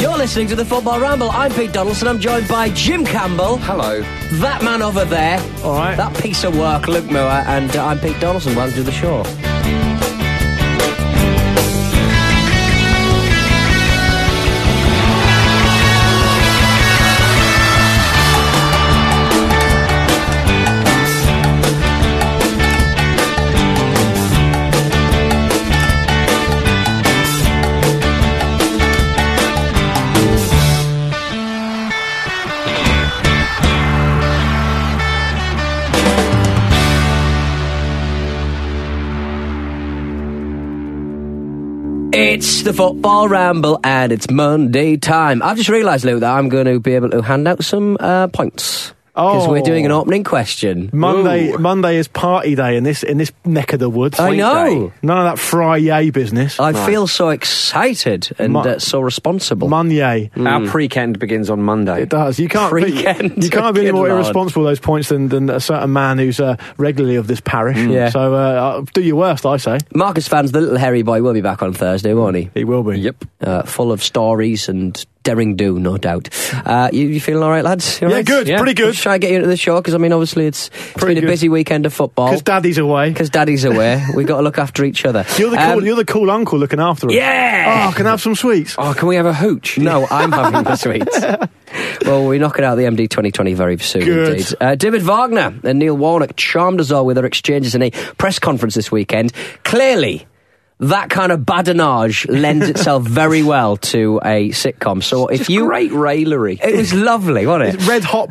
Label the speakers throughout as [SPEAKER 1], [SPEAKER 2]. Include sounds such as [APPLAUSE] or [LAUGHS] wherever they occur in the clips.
[SPEAKER 1] You're listening to the Football Ramble. I'm Pete Donaldson. I'm joined by Jim Campbell.
[SPEAKER 2] Hello.
[SPEAKER 1] That man over there.
[SPEAKER 2] All right.
[SPEAKER 1] That piece of work, Luke Moore. And uh, I'm Pete Donaldson. Welcome to the show. It's the Football Ramble and it's Monday time. I've just realised, Luke, that I'm going to be able to hand out some uh, points. Because
[SPEAKER 2] Oh.
[SPEAKER 1] we're doing an opening question.
[SPEAKER 2] Monday
[SPEAKER 1] Ooh.
[SPEAKER 2] Monday is party day in this in this neck of the woods.
[SPEAKER 1] I know.
[SPEAKER 2] None of that fry yay business.
[SPEAKER 1] I feel so excited and
[SPEAKER 2] Mon-
[SPEAKER 1] uh, so responsible.
[SPEAKER 2] Mun yay.
[SPEAKER 1] Mm.
[SPEAKER 3] Our pre-kend begins on Monday.
[SPEAKER 2] It does. You can't be,
[SPEAKER 1] Freaking
[SPEAKER 2] you can't be any
[SPEAKER 1] good
[SPEAKER 2] more
[SPEAKER 1] lord.
[SPEAKER 2] irresponsible with those points than, than a certain man who's uh, regularly of this parish.
[SPEAKER 1] Mm. Yeah.
[SPEAKER 2] So uh, uh, do your worst, I say.
[SPEAKER 1] Marcus fans, the little hairy boy will be back on Thursday, won't he?
[SPEAKER 2] He will be.
[SPEAKER 1] Yep. Uh, full of stories and daring do, no doubt. Uh, you, you feeling all right, lads? You all
[SPEAKER 2] Yeah,
[SPEAKER 1] right?
[SPEAKER 2] good, pretty good.
[SPEAKER 1] Let's try and get you into the show because, I mean, obviously, it's, it's
[SPEAKER 2] Pretty
[SPEAKER 1] been a
[SPEAKER 2] good.
[SPEAKER 1] busy weekend of football.
[SPEAKER 2] Because daddy's away.
[SPEAKER 1] Because daddy's
[SPEAKER 2] [LAUGHS]
[SPEAKER 1] away. We've got to look after each other.
[SPEAKER 2] You're the, cool,
[SPEAKER 1] Um,
[SPEAKER 2] you're the cool uncle looking after him.
[SPEAKER 1] Yeah!
[SPEAKER 2] Oh, can I have some sweets?
[SPEAKER 3] Oh, can we have a hooch?
[SPEAKER 1] No, I'm having the sweets. [LAUGHS] well, we're knocking out the MD 2020 very soon
[SPEAKER 2] Good.
[SPEAKER 1] indeed. Uh, David Wagner and Neil Warnock charmed us all with their exchanges in a press conference this weekend. Clearly, that kind of
[SPEAKER 2] [LAUGHS]
[SPEAKER 1] badinage lends itself very well to a sitcom. So if
[SPEAKER 3] Just
[SPEAKER 1] you.
[SPEAKER 3] great raillery.
[SPEAKER 1] It was lovely, wasn't
[SPEAKER 2] [LAUGHS] It's
[SPEAKER 1] it?
[SPEAKER 2] red hot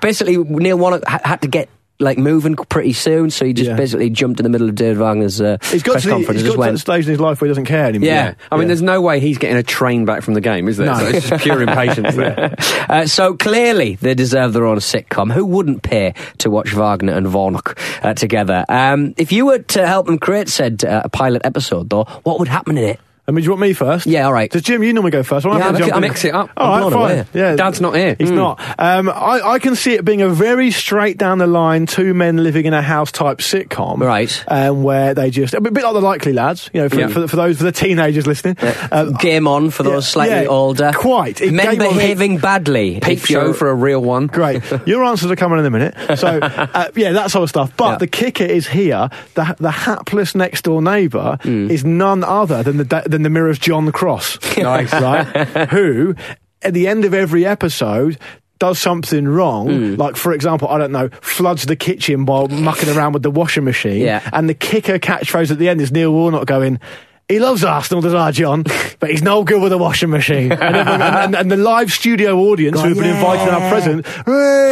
[SPEAKER 1] [LAUGHS] Basically, Neil Warnock ha- had to get. Like moving pretty soon, so he just
[SPEAKER 2] Yeah.
[SPEAKER 1] basically jumped in the middle of David Wagner's uh,
[SPEAKER 2] he's got
[SPEAKER 1] press
[SPEAKER 2] to the,
[SPEAKER 1] conference.
[SPEAKER 2] he's
[SPEAKER 1] and just
[SPEAKER 2] got to the
[SPEAKER 1] went,
[SPEAKER 2] stage in his life where he doesn't care anymore.
[SPEAKER 1] Yeah.
[SPEAKER 3] I mean,
[SPEAKER 2] Yeah.
[SPEAKER 3] there's no way he's getting a train back from the game, is there?
[SPEAKER 2] No.
[SPEAKER 3] So it's
[SPEAKER 1] [LAUGHS]
[SPEAKER 3] just pure impatience there.
[SPEAKER 1] Uh, so clearly, they deserve their own sitcom. Who wouldn't pay to watch Wagner and Warnock uh, together? Um, if you were to help them create said uh, pilot episode, though, what would happen in it?
[SPEAKER 2] I mean, do you want me first?
[SPEAKER 1] Yeah, all right.
[SPEAKER 2] Does Jim, you normally go first. I'm
[SPEAKER 1] Yeah,
[SPEAKER 2] happy to
[SPEAKER 1] I
[SPEAKER 2] jump
[SPEAKER 1] can
[SPEAKER 2] in.
[SPEAKER 1] mix it up.
[SPEAKER 2] All
[SPEAKER 1] I'm
[SPEAKER 2] right,
[SPEAKER 1] blown
[SPEAKER 2] fine.
[SPEAKER 1] away.
[SPEAKER 2] Yeah,
[SPEAKER 3] Dad's not here.
[SPEAKER 1] Hmm.
[SPEAKER 2] He's
[SPEAKER 3] Mm.
[SPEAKER 2] not. Um, I, I can see it being a very straight down the line, two men living in a house type sitcom,
[SPEAKER 1] Right.
[SPEAKER 2] Um, where they just a bit bit like the Likely Lads, you know, for,
[SPEAKER 3] Yeah.
[SPEAKER 2] for, for those for the teenagers listening.
[SPEAKER 3] Uh,
[SPEAKER 2] Um,
[SPEAKER 1] Uh, Game on for those
[SPEAKER 2] yeah,
[SPEAKER 1] slightly
[SPEAKER 2] yeah,
[SPEAKER 1] older.
[SPEAKER 2] quite. It-
[SPEAKER 1] Men
[SPEAKER 2] Game On-
[SPEAKER 1] behaving badly.
[SPEAKER 3] Peep
[SPEAKER 1] if you're-
[SPEAKER 3] show for a real one.
[SPEAKER 2] Great. Your answers are coming in a minute. So, uh, yeah, that sort of stuff. But
[SPEAKER 1] Yeah.
[SPEAKER 2] the kicker is here. The, the hapless next door neighbour is none other than the, da- the in the mirror of John Cross, nice. right? Who, at the end of every episode, does something wrong, like for example, I don't know, floods the kitchen while mucking around with the washing machine,
[SPEAKER 1] Yeah.
[SPEAKER 2] and the kicker catchphrase at the end is Neil Warnock going. He loves Arsenal, does our John, but he's no good with a washing machine. And, everyone- and, and the live studio audience who've been invited and are present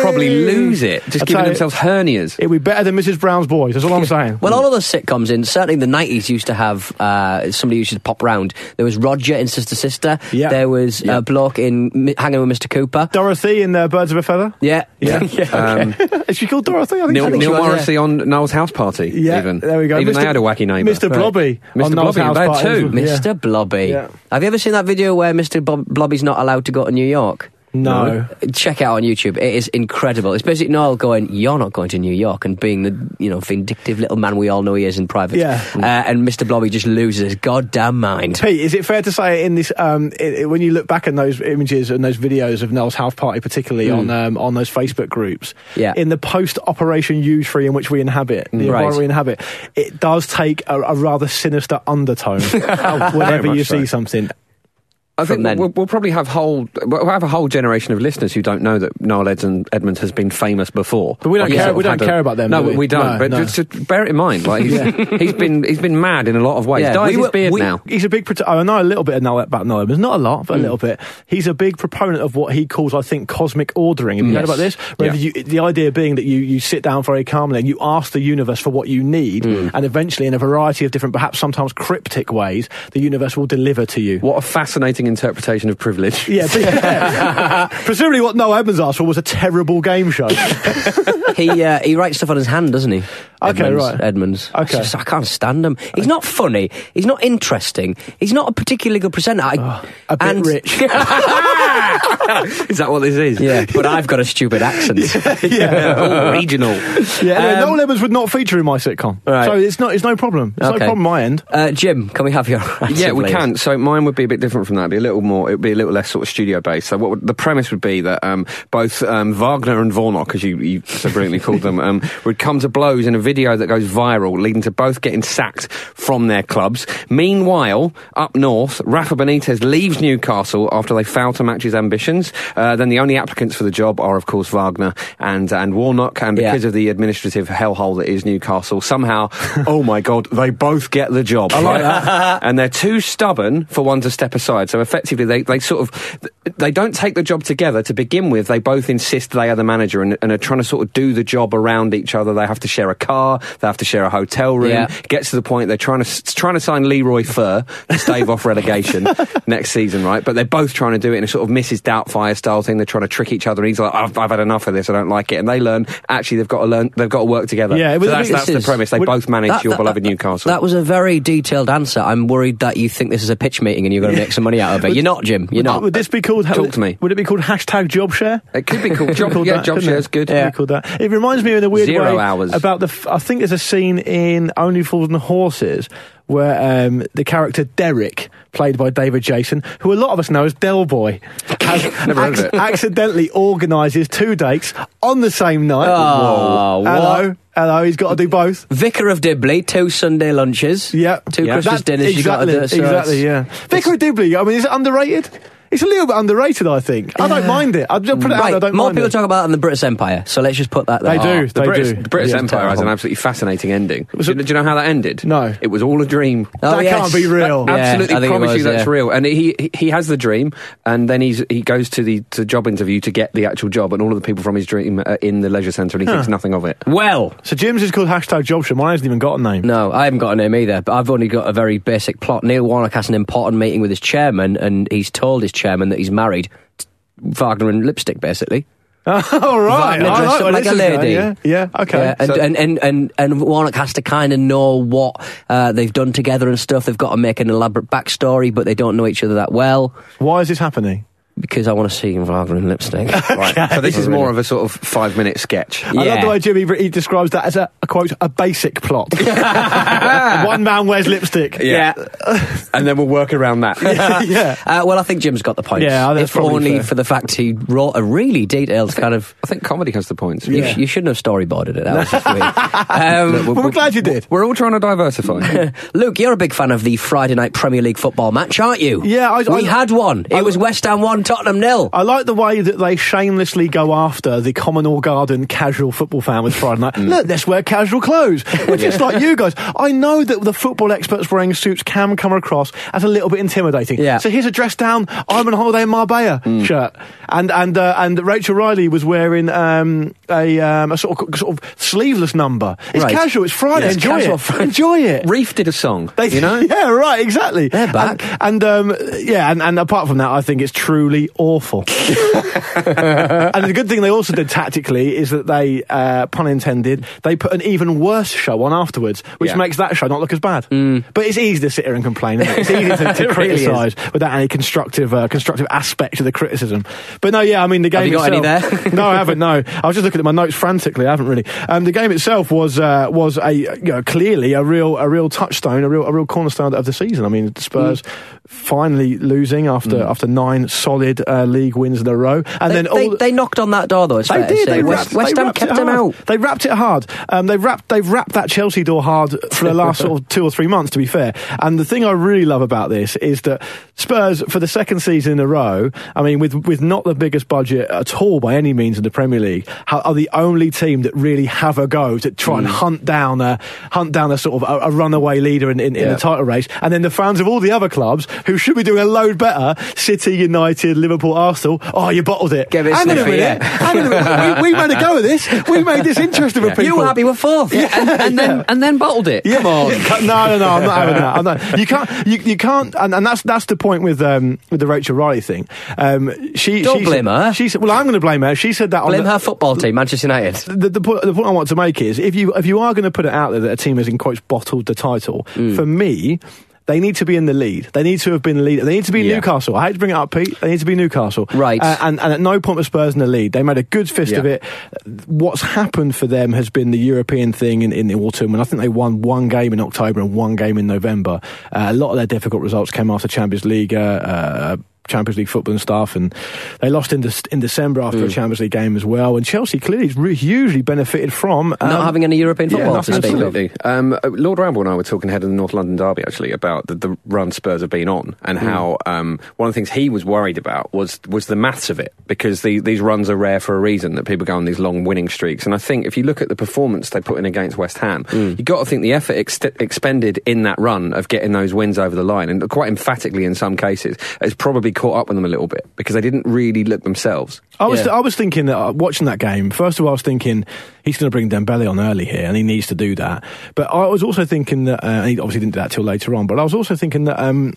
[SPEAKER 3] Probably lose it, just
[SPEAKER 2] I'll
[SPEAKER 3] giving
[SPEAKER 2] tell you-
[SPEAKER 3] themselves hernias.
[SPEAKER 2] It'd be better than Mrs. Brown's Boys. That's all I'm saying.
[SPEAKER 1] Well, all of those sitcoms in certainly the nineties used to have uh, somebody who used to pop round. There was Roger in Sister Sister.
[SPEAKER 2] Yeah.
[SPEAKER 1] There was
[SPEAKER 3] Yeah.
[SPEAKER 1] a bloke in Mi- Hanging with Mr. Cooper.
[SPEAKER 2] Dorothy in uh, Birds of a Feather. [LAUGHS]
[SPEAKER 1] [LAUGHS] yeah,
[SPEAKER 2] Yeah.
[SPEAKER 3] Um,
[SPEAKER 2] Is she called Dorothy? I think
[SPEAKER 3] Neil,
[SPEAKER 2] so.
[SPEAKER 3] Neil
[SPEAKER 1] was, yeah.
[SPEAKER 3] Morrissey on Noel's house party.
[SPEAKER 2] Yeah,
[SPEAKER 3] even.
[SPEAKER 2] there we go.
[SPEAKER 3] Even
[SPEAKER 2] Mr.
[SPEAKER 3] they had a wacky name.
[SPEAKER 2] Mr. Blobby on
[SPEAKER 3] Mr.
[SPEAKER 2] Noel's
[SPEAKER 3] Blobby,
[SPEAKER 2] house
[SPEAKER 3] there
[SPEAKER 2] party.
[SPEAKER 3] too.
[SPEAKER 2] Yeah.
[SPEAKER 1] Mr. Blobby.
[SPEAKER 2] Yeah.
[SPEAKER 1] Have you ever seen that video where Mr. Bob- Blobby's not allowed to go to New York?
[SPEAKER 2] No.
[SPEAKER 1] Check it out on YouTube. It is incredible. It's basically Noel going, "You're not going to New York," and being the you know vindictive little man we all know he is in private.
[SPEAKER 2] Yeah.
[SPEAKER 1] Uh, and Mr. Blobby just loses his goddamn
[SPEAKER 2] [LAUGHS]
[SPEAKER 1] mind.
[SPEAKER 2] Pete, is it fair to say in this um, i i- when you look back at those images and those videos of Noel's house party, particularly
[SPEAKER 3] Mm.
[SPEAKER 2] on um, on those Facebook groups,
[SPEAKER 1] Yeah.
[SPEAKER 2] in the post Operation U tree in which we inhabit, the
[SPEAKER 3] Mm.
[SPEAKER 1] Right.
[SPEAKER 2] environment we inhabit, it does take a, a rather sinister
[SPEAKER 3] [LAUGHS]
[SPEAKER 2] undertone
[SPEAKER 3] Very
[SPEAKER 2] whenever
[SPEAKER 3] much
[SPEAKER 2] you
[SPEAKER 3] so.
[SPEAKER 2] see something.
[SPEAKER 3] I think
[SPEAKER 1] from then.
[SPEAKER 3] We'll, we'll probably have whole we'll have a whole generation of listeners who don't know that Noel Edson, Edmonds has been famous before.
[SPEAKER 2] But we don't
[SPEAKER 3] Like, he's
[SPEAKER 2] care-
[SPEAKER 3] sort
[SPEAKER 2] we
[SPEAKER 3] of
[SPEAKER 2] don't
[SPEAKER 3] had
[SPEAKER 2] care about them,
[SPEAKER 3] No,
[SPEAKER 2] do we?
[SPEAKER 3] we, don't.
[SPEAKER 2] No,
[SPEAKER 3] but
[SPEAKER 2] no.
[SPEAKER 3] Just, just bear it in mind, like
[SPEAKER 2] [LAUGHS]
[SPEAKER 3] he's, he's been he's been mad in a lot of ways.
[SPEAKER 1] Yeah,
[SPEAKER 3] Dyed
[SPEAKER 1] we
[SPEAKER 3] his
[SPEAKER 1] were-
[SPEAKER 3] beard
[SPEAKER 1] we-
[SPEAKER 3] now.
[SPEAKER 2] He's a big. Pro- I know a little bit of Noel about Noel Edmonds, not a lot, but
[SPEAKER 3] Hmm.
[SPEAKER 2] a little bit. He's a big proponent of what he calls, I think, cosmic ordering. Have you heard
[SPEAKER 1] Yes.
[SPEAKER 2] about this? Where
[SPEAKER 3] Yeah.
[SPEAKER 2] you, the idea being that you you sit down very calmly and you ask the universe for what you need,
[SPEAKER 3] Hmm.
[SPEAKER 2] and eventually, in a variety of different, perhaps sometimes cryptic ways, the universe will deliver to you.
[SPEAKER 3] What a fascinating interpretation of privilege.
[SPEAKER 2] Yeah,
[SPEAKER 3] [LAUGHS]
[SPEAKER 2] but yeah. presumably what Noel Edmonds asked for was a terrible game
[SPEAKER 3] [LAUGHS]
[SPEAKER 2] show.
[SPEAKER 1] he uh, he writes stuff on his hand, doesn't he? Edmonds,
[SPEAKER 2] right.
[SPEAKER 1] Edmonds. I,
[SPEAKER 2] Okay.
[SPEAKER 1] just- I can't stand him. He's not funny. He's not interesting. He's not a particularly good presenter. I,
[SPEAKER 2] a bit
[SPEAKER 1] and-
[SPEAKER 2] rich. [LAUGHS]
[SPEAKER 3] is that what this
[SPEAKER 1] [LAUGHS]
[SPEAKER 3] is?
[SPEAKER 1] yeah, but I've got a stupid
[SPEAKER 2] [LAUGHS]
[SPEAKER 1] accent. [LAUGHS] Oh,
[SPEAKER 3] yeah. regional.
[SPEAKER 2] yeah, anyway,
[SPEAKER 1] Um,
[SPEAKER 2] Noel Edmonds would not feature in my sitcom,
[SPEAKER 1] Right.
[SPEAKER 2] so it's not it's no problem. It's
[SPEAKER 1] Okay.
[SPEAKER 2] no problem my end.
[SPEAKER 1] Uh, Jim, can we have your answer,
[SPEAKER 3] Yeah, we
[SPEAKER 1] please?
[SPEAKER 3] can. So mine would be a bit different from that. It'd be a little more. It'd be a little less sort of studio based. So what would, the premise would be that um, both um, Wagner and Vornock, as you, you so brilliantly called them, [LAUGHS] um, would come to blows in a video that goes viral, leading to both getting sacked from their clubs. Meanwhile, up north, Rafa Benitez leaves Newcastle after they fail to match his ambitions. Uh, then the only applicants for the job are, of course, Wagner and and Warnock. And
[SPEAKER 1] Yeah.
[SPEAKER 3] because of the administrative hellhole that is Newcastle, [LAUGHS] somehow, oh my God, they both get the job. I like that. [LAUGHS] and they're too stubborn for one to step aside. So effectively, they, they sort of they don't take the job together to begin with. They both insist they are the manager and, and are trying to sort of do the job around each other. They have to share a car. They have to share a hotel room.
[SPEAKER 1] Yeah.
[SPEAKER 3] Gets to the point they're trying to trying to sign Leroy Fur to stave
[SPEAKER 1] [LAUGHS]
[SPEAKER 3] off relegation next season, right? But they're both trying to do it in a sort of Mrs. Doubtfire style thing. They're trying to trick each other. And he's like, I've, I've had enough of this. I don't like it. And they learn actually they've got to learn. They've got to work together.
[SPEAKER 2] Yeah, it
[SPEAKER 3] so
[SPEAKER 2] was a
[SPEAKER 3] that's,
[SPEAKER 2] bit-
[SPEAKER 3] that's the
[SPEAKER 1] this is-
[SPEAKER 3] premise. They
[SPEAKER 2] would-
[SPEAKER 3] both manage
[SPEAKER 1] That-
[SPEAKER 3] your
[SPEAKER 1] that-
[SPEAKER 3] beloved Newcastle.
[SPEAKER 1] That was a very detailed answer. I'm worried that you think this is a pitch meeting and you're going to make some money out of
[SPEAKER 2] [LAUGHS]
[SPEAKER 1] it. You're not, Jim. You're not.
[SPEAKER 2] Would this be called?
[SPEAKER 3] Talk to me.
[SPEAKER 2] Would it be called hashtag job share?
[SPEAKER 3] It could be
[SPEAKER 1] [LAUGHS]
[SPEAKER 3] called
[SPEAKER 2] Could
[SPEAKER 3] job.
[SPEAKER 2] be called
[SPEAKER 3] yeah,
[SPEAKER 2] that,
[SPEAKER 3] job
[SPEAKER 2] couldn't it?
[SPEAKER 3] share's good.
[SPEAKER 2] Could be called that. It reminds me in a weird
[SPEAKER 3] Zero
[SPEAKER 2] way
[SPEAKER 3] hours.
[SPEAKER 2] about the. F- I think there's a scene in Only Fools and Horses where um, the character Derek, played by David Jason, who a lot of us know as Del Boy,
[SPEAKER 1] [LAUGHS]
[SPEAKER 2] has
[SPEAKER 3] Never heard of
[SPEAKER 2] acc-
[SPEAKER 3] it.
[SPEAKER 2] accidentally organises two dates on the same night.
[SPEAKER 1] Oh, Whoa.
[SPEAKER 2] hello,
[SPEAKER 1] what?
[SPEAKER 2] hello. He's got to do both.
[SPEAKER 1] Vicar of Dibley, two Sunday lunches.
[SPEAKER 2] Yeah,
[SPEAKER 1] Two
[SPEAKER 2] yeah.
[SPEAKER 1] Christmas
[SPEAKER 2] That-
[SPEAKER 1] dinners
[SPEAKER 2] Exactly,
[SPEAKER 1] you got to do. so
[SPEAKER 2] exactly,
[SPEAKER 1] it's-
[SPEAKER 2] yeah. Vicar of Dibley. I mean, is it underrated? It's a little bit underrated, I think. I don't mind it. I'll just put it out.
[SPEAKER 1] Right,
[SPEAKER 2] there, I don't
[SPEAKER 1] more
[SPEAKER 2] mind
[SPEAKER 1] people
[SPEAKER 2] it.
[SPEAKER 1] talk about it than the British Empire, so let's just put that there. Oh,
[SPEAKER 2] They do.
[SPEAKER 3] The
[SPEAKER 2] They
[SPEAKER 3] British,
[SPEAKER 2] do.
[SPEAKER 3] the British
[SPEAKER 2] Yeah.
[SPEAKER 3] Empire has an
[SPEAKER 1] Terrible.
[SPEAKER 3] absolutely fascinating ending. Do, you- do you know how that ended?
[SPEAKER 2] No.
[SPEAKER 3] It was all a dream.
[SPEAKER 1] Oh,
[SPEAKER 2] That
[SPEAKER 1] yes.
[SPEAKER 2] can't be real.
[SPEAKER 1] Yeah,
[SPEAKER 3] Absolutely,
[SPEAKER 1] I think it
[SPEAKER 3] promise
[SPEAKER 1] was,
[SPEAKER 3] you that's
[SPEAKER 1] yeah.
[SPEAKER 3] real. And he, he he has the dream, and then he's he goes to the to the job interview to get the actual job, and all of the people from his dream are in the leisure centre, and he thinks nothing of it.
[SPEAKER 1] Well,
[SPEAKER 2] So Jim's is called hashtag Jobshare. Mine hasn't even got a name.
[SPEAKER 1] No, I haven't got a name either, but I've only got a very basic plot. Neil Warnock has an important meeting with his chairman, and he's told his chairman that he's married. It's Wagner and lipstick, basically.
[SPEAKER 2] All right.
[SPEAKER 1] Wagner
[SPEAKER 2] I
[SPEAKER 1] dressed
[SPEAKER 2] like
[SPEAKER 1] up
[SPEAKER 2] where
[SPEAKER 1] like
[SPEAKER 2] this
[SPEAKER 1] a
[SPEAKER 2] is going,
[SPEAKER 1] lady.
[SPEAKER 2] Yeah, yeah okay.
[SPEAKER 1] Yeah, and,
[SPEAKER 3] so-
[SPEAKER 1] and, and, and, and Warnock has to kind of know what uh, they've done together and stuff. They've got to make an elaborate backstory, but they don't know each other that well.
[SPEAKER 2] Why is this happening?
[SPEAKER 1] because I want to see him Wagner in
[SPEAKER 2] [LAUGHS]
[SPEAKER 1] lipstick.
[SPEAKER 3] [LAUGHS] Right. So this is more of a sort of five minute sketch. Uh,
[SPEAKER 2] I love
[SPEAKER 1] Yeah. [LAUGHS]
[SPEAKER 2] the way Jimmy he describes that as a, a quote a basic plot. [LAUGHS] One man wears lipstick.
[SPEAKER 3] Yeah. and then we'll work around that.
[SPEAKER 2] yeah. [LAUGHS]
[SPEAKER 1] [LAUGHS] Uh, well, I think Jim's got the point.
[SPEAKER 2] Yeah, that's
[SPEAKER 1] if
[SPEAKER 2] probably
[SPEAKER 1] only
[SPEAKER 2] fair.
[SPEAKER 1] for the fact he wrote a really detailed kind of.
[SPEAKER 3] I think comedy has the points.
[SPEAKER 1] You, sh- you
[SPEAKER 3] [LAUGHS]
[SPEAKER 1] shouldn't have storyboarded it. That was
[SPEAKER 2] [LAUGHS]
[SPEAKER 1] just weird. Um,
[SPEAKER 3] Look,
[SPEAKER 2] Well, we're glad you did.
[SPEAKER 3] We're all trying to [LAUGHS] diversify.
[SPEAKER 1] [LAUGHS] Luke, you're a big fan of the Friday night Premier League football match, aren't you?
[SPEAKER 2] Yeah, I-
[SPEAKER 1] we
[SPEAKER 2] I-
[SPEAKER 1] had one. It
[SPEAKER 2] I-
[SPEAKER 1] was West Ham one, Tottenham nil.
[SPEAKER 2] I like the way that they shamelessly go after the common or garden casual football fan with Friday night.
[SPEAKER 1] Mm.
[SPEAKER 2] Look, let's wear
[SPEAKER 1] [LAUGHS]
[SPEAKER 2] casual clothes. Which is like you guys. I know that the football experts wearing suits can come across as a little bit intimidating.
[SPEAKER 1] Yeah. Mm.
[SPEAKER 2] So here's a dress down, I'm on holiday in Marbella shirt. And and uh, and Rachel Riley was wearing um, a, um, a sort, of, sort of sleeveless number. It's
[SPEAKER 1] Right.
[SPEAKER 2] casual, it's Friday,
[SPEAKER 1] Yeah, it's
[SPEAKER 2] enjoy
[SPEAKER 1] casual
[SPEAKER 2] it.
[SPEAKER 1] Friday.
[SPEAKER 2] Enjoy it.
[SPEAKER 3] Reef did a song.
[SPEAKER 2] They-
[SPEAKER 3] you know?
[SPEAKER 2] [LAUGHS] Yeah, right, exactly. They're
[SPEAKER 1] back.
[SPEAKER 2] And, um, yeah, and, and apart from that, I think it's truly
[SPEAKER 1] [LAUGHS]
[SPEAKER 2] awful. and the good thing they also did tactically is that they, uh, pun intended, they put an even worse show on afterwards, which
[SPEAKER 3] Yeah.
[SPEAKER 2] makes that show not look as bad. But it's easy to sit here and complain. Isn't it?
[SPEAKER 1] [LAUGHS]
[SPEAKER 2] It's easy to, to
[SPEAKER 1] Mm. really is.
[SPEAKER 2] criticise without any constructive uh, constructive aspect of the criticism. But no, yeah, I mean, the game
[SPEAKER 1] Have you got any [LAUGHS]
[SPEAKER 2] itself-
[SPEAKER 1] there?
[SPEAKER 2] no, I haven't. No, I was just looking at my notes frantically. I haven't really. Um, the game itself was uh, was a you know, clearly a real a real touchstone, a real a real cornerstone of the season. I mean, Spurs
[SPEAKER 1] Mm.
[SPEAKER 2] finally losing after after nine solid uh, league wins in a row, and
[SPEAKER 1] They,
[SPEAKER 2] then all
[SPEAKER 1] they,
[SPEAKER 2] the-
[SPEAKER 1] they knocked on that door, though. It's
[SPEAKER 2] they
[SPEAKER 1] fair to
[SPEAKER 2] did.
[SPEAKER 1] say.
[SPEAKER 2] They
[SPEAKER 1] West,
[SPEAKER 2] wrapped,
[SPEAKER 1] West
[SPEAKER 2] they
[SPEAKER 1] Ham
[SPEAKER 2] wrapped
[SPEAKER 1] kept
[SPEAKER 2] it
[SPEAKER 1] them
[SPEAKER 2] hard.
[SPEAKER 1] out.
[SPEAKER 2] They wrapped it hard. Um, they wrapped. They've wrapped that Chelsea door hard for
[SPEAKER 1] [LAUGHS]
[SPEAKER 2] the last sort of two or three months. To be fair, and the thing I really love about this is that Spurs, for the second season in a row, I mean, with with not the biggest budget at all by any means in the Premier League, ha- are the only team that really have a go to try and
[SPEAKER 1] Mm.
[SPEAKER 2] hunt down a hunt down a sort of a, a runaway leader in, in, in
[SPEAKER 3] Yeah.
[SPEAKER 2] the title race, and then the fans of all the other clubs who should be doing a load better, City, United, Liverpool, Arsenal, oh, you bottled it.
[SPEAKER 1] Give it a
[SPEAKER 2] Hang on
[SPEAKER 1] sniffer,
[SPEAKER 2] minute.
[SPEAKER 1] yeah.
[SPEAKER 2] Hang on a minute. We, we made a go of this. We made this interesting for
[SPEAKER 1] You
[SPEAKER 2] people.
[SPEAKER 1] were happy with fourth.
[SPEAKER 3] And, and then and then bottled it.
[SPEAKER 2] Yeah. Cut- No, [LAUGHS] no, no. I'm not having that.
[SPEAKER 1] [LAUGHS]
[SPEAKER 2] I'm not. You can't. You, you can't. And, and that's that's the point with um, with the Rachel Riley thing. Um, she
[SPEAKER 1] Don't
[SPEAKER 2] she
[SPEAKER 1] blame
[SPEAKER 2] said,
[SPEAKER 1] her.
[SPEAKER 2] She said, "Well, I'm going to blame her." She said that on
[SPEAKER 1] Blame
[SPEAKER 2] the,
[SPEAKER 1] her football team, Manchester United.
[SPEAKER 2] the, the, point, the point I want to make is if you if you are going to put it out there that a team has in quotes bottled the title,
[SPEAKER 1] Mm.
[SPEAKER 2] for me. They need to be in the lead. They need to have been lead. They need to be
[SPEAKER 3] Yeah.
[SPEAKER 2] Newcastle. I hate to bring it up, Pete. They need to be Newcastle.
[SPEAKER 1] Right.
[SPEAKER 2] Uh, and, and at no point were Spurs in the lead. They made a good fist
[SPEAKER 3] Yeah.
[SPEAKER 2] of it. What's happened for them has been the European thing in, in the autumn. And I think they won one game in October and one game in November. Uh, a lot of their difficult results came after Champions League. Uh, uh, Champions League football and stuff, and they lost in, Dec- in December after
[SPEAKER 1] Mm.
[SPEAKER 2] a Champions League game as well. And Chelsea clearly has re- hugely benefited from um,
[SPEAKER 1] Not having any European
[SPEAKER 2] yeah,
[SPEAKER 1] football to
[SPEAKER 2] nothing
[SPEAKER 1] speak of.
[SPEAKER 2] [CLEARS THROAT]
[SPEAKER 3] Absolutely. Um, uh, Lord Ramble and I were talking ahead of the North London Derby actually about the, the run Spurs have been on
[SPEAKER 2] Hmm.
[SPEAKER 3] and how um, one of the things he was worried about was was the maths of it because the, these runs are rare for a reason that people go on these long winning streaks. And I think if you look at the performance they put in against West Ham,
[SPEAKER 2] Hmm.
[SPEAKER 3] you've got to think the effort ex- expended in that run of getting those wins over the line and quite emphatically in some cases has probably caught up with them a little bit because they didn't really look themselves.
[SPEAKER 2] I was
[SPEAKER 1] Yeah.
[SPEAKER 2] I was thinking that uh, watching that game. First of all, I was thinking he's going to bring Dembele on early here, and he needs to do that. But I was also thinking that uh, and he obviously didn't do that till later on. But I was also thinking that um,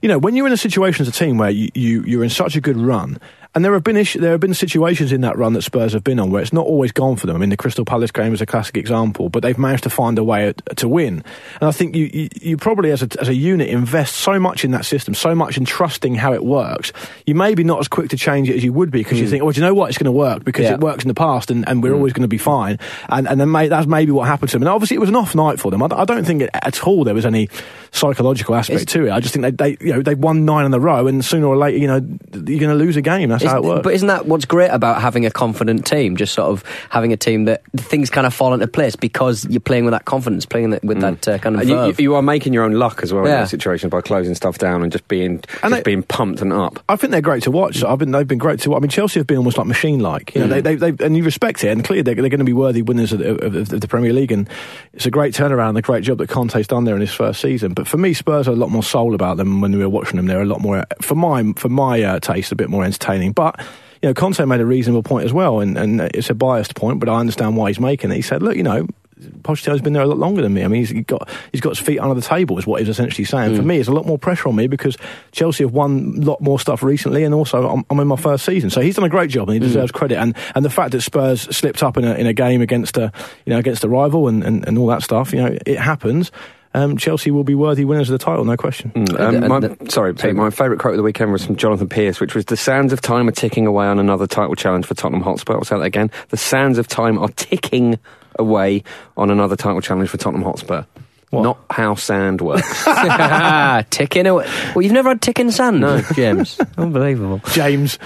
[SPEAKER 2] you know when you're in a situation as a team where you, you you're in such a good run. And there have been issue, there have been situations in that run that Spurs have been on where it's not always gone for them. I mean, the Crystal Palace game is a classic example, but they've managed to find a way at- to win. And I think you, you, you probably, as a, as a unit, invest so much in that system, so much in trusting how it works. You may be not as quick to change it as you would be because you think, oh, do you know what? It's going to work because
[SPEAKER 1] Yeah.
[SPEAKER 2] it works in the past and, and we're always going to be fine. And, and then may, that's maybe what happened to them. And obviously, it was an off night for them. I, d- I don't think it, at all there was any psychological aspect to it. I just think they, they, you know, they won nine in a row and sooner or later, you know, you're going to lose a game. That's how it
[SPEAKER 1] Isn't-
[SPEAKER 2] works.
[SPEAKER 1] But isn't that what's great about having a confident team? Just sort of having a team that things kind of fall into place because you're playing with that confidence, playing that, with that uh, kind of
[SPEAKER 3] And you, you, [LAUGHS]
[SPEAKER 1] verve.
[SPEAKER 3] you are making your own luck as well in
[SPEAKER 1] Yeah.
[SPEAKER 3] that situation by closing stuff down and just being
[SPEAKER 2] And
[SPEAKER 3] just
[SPEAKER 2] they-
[SPEAKER 3] being pumped and up.
[SPEAKER 2] I think they're great to watch. I've been, they've been great to watch. I mean, Chelsea have been almost like machine-like, you know, they, they, they, and you respect it. And clearly, they're, they're going to be worthy winners of the, of, of the Premier League. And it's a great turnaround, and a great job that Conte's done there in his first season. But for me, Spurs are a lot more soul about them when we were watching them. They're a lot more, for my for my uh, taste, a bit more entertaining. But you know, Conte made a reasonable point as well, and, and it's a biased point, but I understand why he's making it. He said, look, you know. Pochettino's been there a lot longer than me. I mean, he's got he's got his feet under the table, is what he's essentially saying.
[SPEAKER 3] Mm.
[SPEAKER 2] For me, it's a lot more pressure on me because Chelsea have won a lot more stuff recently, and also I'm, I'm in my first season, so he's done a great job and
[SPEAKER 3] Mm.
[SPEAKER 2] he deserves credit. And and the fact that Spurs slipped up in a in a game against a you know against a rival and, and, and all that stuff, you know, it happens. um, Chelsea will be worthy winners of the title, no question.
[SPEAKER 3] Um,
[SPEAKER 1] And- and
[SPEAKER 3] my,
[SPEAKER 1] the-
[SPEAKER 3] sorry, Pete. My favourite quote of the weekend was from Jonathan Pearce, which was "The sands of time are ticking away on another title challenge for Tottenham Hotspur." I'll say that again. The sands of time are ticking away on another title challenge for Tottenham Hotspur. Not how sand works.
[SPEAKER 1] [LAUGHS] ticking away. Well, you've never had ticking sand, no, James. [LAUGHS] Unbelievable,
[SPEAKER 2] James,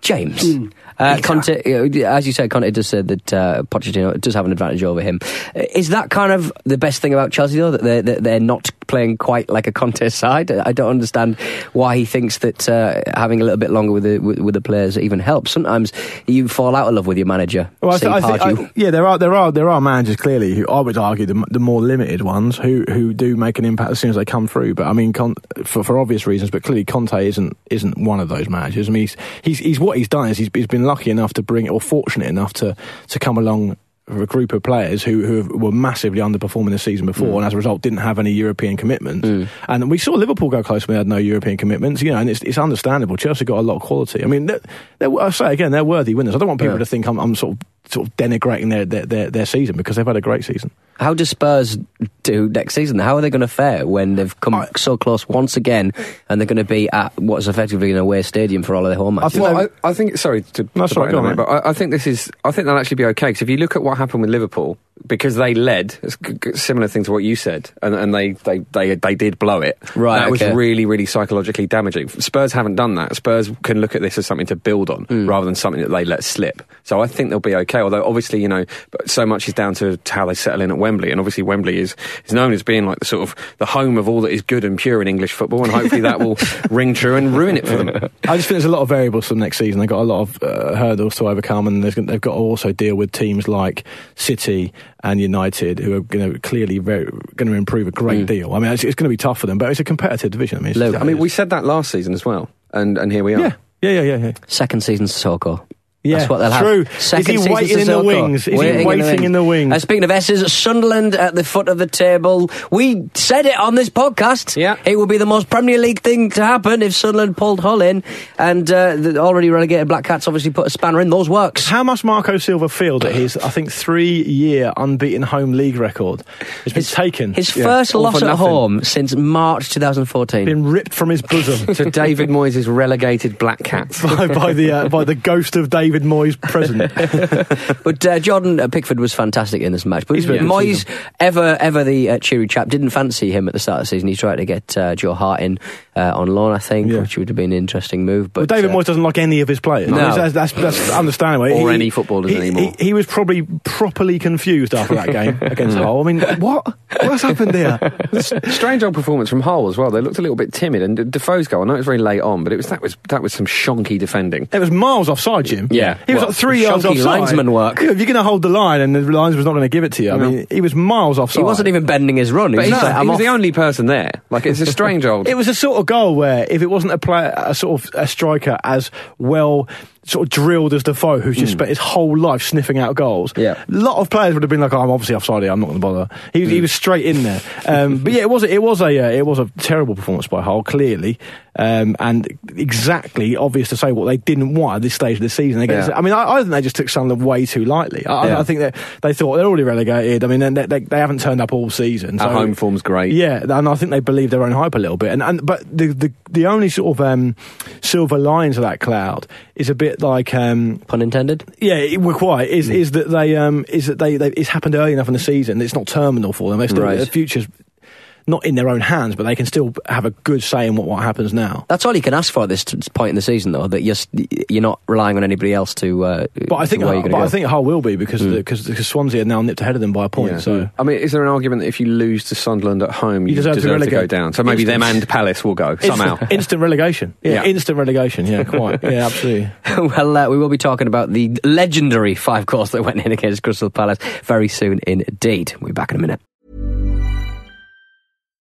[SPEAKER 1] James. Uh, Conte, uh, as you said, Conte does said that uh, Pochettino does have an advantage over him. Uh, Is that kind of the best thing about Chelsea though that they're that they're not playing quite like a contest side? [LAUGHS] I don't understand why he thinks that uh, having a little bit longer with the with, with the players even helps. Sometimes you fall out of love with your manager.
[SPEAKER 2] Well, I
[SPEAKER 1] say
[SPEAKER 2] th- I think-
[SPEAKER 1] Pardew.
[SPEAKER 2] I- yeah, there are there are there are managers clearly who I would argue the, m- the more limited ones who who do make an impact as soon as they come through. But I mean, Con- for for obvious reasons, but clearly Conte isn't isn't one of those managers. I mean, he's he's, he's what he's done is he's, he's been lucky enough to bring or fortunate enough to to come along. with A group of players who, who were massively underperforming the season before, and as a result, didn't have any European commitments. And we saw Liverpool go close when they had no European commitments. You know, and it's, it's understandable. Chelsea got a lot of quality. I mean, they're, they're, I say again, they're worthy winners. I don't want people to think I'm, I'm sort of sort of denigrating their, their, their, their season because they've had a great season.
[SPEAKER 1] How do Spurs do next season? How are they going to fare when they've come
[SPEAKER 2] I-
[SPEAKER 1] so close once again and they're going to be at what's effectively an away stadium for all of their home matches?
[SPEAKER 2] think
[SPEAKER 3] well,
[SPEAKER 2] they-
[SPEAKER 3] I, I think sorry to,
[SPEAKER 2] No,
[SPEAKER 3] to
[SPEAKER 2] sorry,
[SPEAKER 3] break
[SPEAKER 2] go
[SPEAKER 3] in
[SPEAKER 2] on,
[SPEAKER 3] there,
[SPEAKER 2] mate.
[SPEAKER 3] but I, I think this is I think they'll actually be okay because if you look at what happened with Liverpool because they led, it's g- g- similar thing to what you said, and, and they, they, they they did blow it.
[SPEAKER 1] Right,
[SPEAKER 3] that was
[SPEAKER 1] okay.
[SPEAKER 3] really really psychologically damaging. Spurs haven't done that. Spurs can look at this as something to build on
[SPEAKER 1] Hmm.
[SPEAKER 3] rather than something that they let slip. So I think they'll be okay. Although obviously you know but so much is down to how they settle in at Wembley, and obviously Wembley is is known as being like the sort of the home of all that is good and pure in English football, and hopefully
[SPEAKER 1] [LAUGHS]
[SPEAKER 3] that will ring true and ruin it for them.
[SPEAKER 2] I just think there's a lot of variables for them next season. They've got a lot of uh, hurdles to overcome, and there's, they've got to also deal with teams like City and United, who are going to clearly very, going to improve a
[SPEAKER 1] Mm.
[SPEAKER 2] great deal. I mean, it's, it's going to be tough for them, but it's a competitive division. I mean, it's just-
[SPEAKER 3] I mean, we said that last season as well, and and here we are.
[SPEAKER 2] yeah, yeah, yeah, yeah. yeah.
[SPEAKER 1] Second season Sissoko.
[SPEAKER 2] Yeah,
[SPEAKER 1] That's what they'll have.
[SPEAKER 2] true. Is
[SPEAKER 1] Second
[SPEAKER 2] he
[SPEAKER 1] season
[SPEAKER 2] waiting in the
[SPEAKER 1] Sissoko.
[SPEAKER 2] wings? Is he waiting in the wings?
[SPEAKER 1] Uh, speaking of S's, Sunderland at the foot of the table. We said it on this podcast.
[SPEAKER 3] Yeah.
[SPEAKER 1] It would be the most Premier League thing to happen if Sunderland pulled Hull in. And uh, the already relegated Black Cats obviously put a spanner in. Those works.
[SPEAKER 2] How must Marco Silva feel that his, I think, three-year unbeaten home league record has been taken,
[SPEAKER 1] His
[SPEAKER 3] Yeah,
[SPEAKER 1] first
[SPEAKER 3] all
[SPEAKER 1] loss
[SPEAKER 3] for
[SPEAKER 1] at
[SPEAKER 3] nothing.
[SPEAKER 1] home since March 2014.
[SPEAKER 2] been ripped from
[SPEAKER 1] [LAUGHS]
[SPEAKER 2] his bosom? [LAUGHS]
[SPEAKER 3] To David Moyes' relegated Black [LAUGHS] Cats.
[SPEAKER 2] by, by the uh, by the ghost of David
[SPEAKER 1] [LAUGHS]
[SPEAKER 2] Moyes present.
[SPEAKER 1] But uh, Jordan uh, Pickford was fantastic in this match. But
[SPEAKER 2] He's been-
[SPEAKER 1] Moyes, ever ever the uh, cheery chap, didn't fancy him at the start of the season. He tried to get uh, Joe Hart in uh, on loan, I think,
[SPEAKER 2] Yeah.
[SPEAKER 1] which would have been an interesting move. But
[SPEAKER 2] Well, David
[SPEAKER 1] uh,
[SPEAKER 2] Moyes doesn't like any of his players.
[SPEAKER 1] No.
[SPEAKER 2] That's, that's, that's understandable.
[SPEAKER 1] Or any footballers
[SPEAKER 2] he-
[SPEAKER 1] anymore.
[SPEAKER 2] He, he was probably properly confused after that
[SPEAKER 1] [LAUGHS]
[SPEAKER 2] game against Hull. I mean, what? What's happened here?
[SPEAKER 3] Strange old performance from Hull as well. They looked a little bit timid, and Defoe's goal. I know it was very late on, but it was that was that was some shonky defending.
[SPEAKER 2] It was miles offside, Jim.
[SPEAKER 3] Yeah.
[SPEAKER 2] He was
[SPEAKER 3] Well,
[SPEAKER 2] like three yards
[SPEAKER 1] shonky
[SPEAKER 2] offside.
[SPEAKER 1] linesman work.
[SPEAKER 2] Yeah, if you're going to hold the line and the linesman's was not going to give it to you, I mean, he was miles offside.
[SPEAKER 1] he wasn't even bending his run. He
[SPEAKER 3] But
[SPEAKER 1] was
[SPEAKER 3] he's
[SPEAKER 1] just like,
[SPEAKER 3] he
[SPEAKER 1] I'm
[SPEAKER 3] was
[SPEAKER 1] off.
[SPEAKER 3] the only person there. Like it's a strange [LAUGHS] old.
[SPEAKER 2] It was a sort of goal where if it wasn't a player, a sort of a striker as well sort of drilled as Defoe, who's
[SPEAKER 3] Mm.
[SPEAKER 2] just spent his whole life sniffing out goals,
[SPEAKER 1] Yeah.
[SPEAKER 2] a lot of players would have been like, oh, "I'm obviously offside here. I'm not going to bother." He,
[SPEAKER 3] Mm.
[SPEAKER 2] he was straight in there. Um, but yeah, it was it was a uh, it was a terrible performance by Hull, clearly, um, and exactly obvious to say what they didn't want at this stage of the season. Against,
[SPEAKER 3] Yeah.
[SPEAKER 2] I mean, I, I think they just took Sunderland way too lightly. I, I-
[SPEAKER 3] Yeah.
[SPEAKER 2] I think that they thought they're already relegated. I mean, they, they, they haven't turned up all season.
[SPEAKER 3] Our
[SPEAKER 2] so-
[SPEAKER 3] home form's great.
[SPEAKER 2] yeah, and I think they believe their own hype a little bit. And, and but the, the the only sort of um, silver lines of that cloud is a bit like um,
[SPEAKER 1] Pun intended.
[SPEAKER 2] yeah, it- we're quiet. Is is that they um, is that they, they it's happened early enough in the season. It's not terminal for them. They still
[SPEAKER 1] Right.
[SPEAKER 2] the futures not in their own hands, but they can still have a good say in what what happens now.
[SPEAKER 1] That's all you can ask for at this t- point in the season, though, that you're, s- you're not relying on anybody else to. Uh,
[SPEAKER 2] But I think
[SPEAKER 1] to where
[SPEAKER 2] but
[SPEAKER 1] you're gonna
[SPEAKER 2] I
[SPEAKER 1] go.
[SPEAKER 2] think Hull will be because of the, cause, because Swansea are now nipped ahead of them by a point.
[SPEAKER 3] Yeah.
[SPEAKER 2] So.
[SPEAKER 3] I mean, is there an argument that if you lose to Sunderland at home, you,
[SPEAKER 2] You deserve to
[SPEAKER 3] go
[SPEAKER 2] relegate.
[SPEAKER 3] down? So maybe them and Palace will [LAUGHS] go somehow.
[SPEAKER 2] Instant, instant relegation.
[SPEAKER 3] Yeah.
[SPEAKER 2] Yeah, instant relegation. Yeah, quite. Yeah, absolutely.
[SPEAKER 1] [LAUGHS] well, uh, we will be talking about the legendary five goals that went in against Crystal Palace very soon indeed. We'll be back in a minute.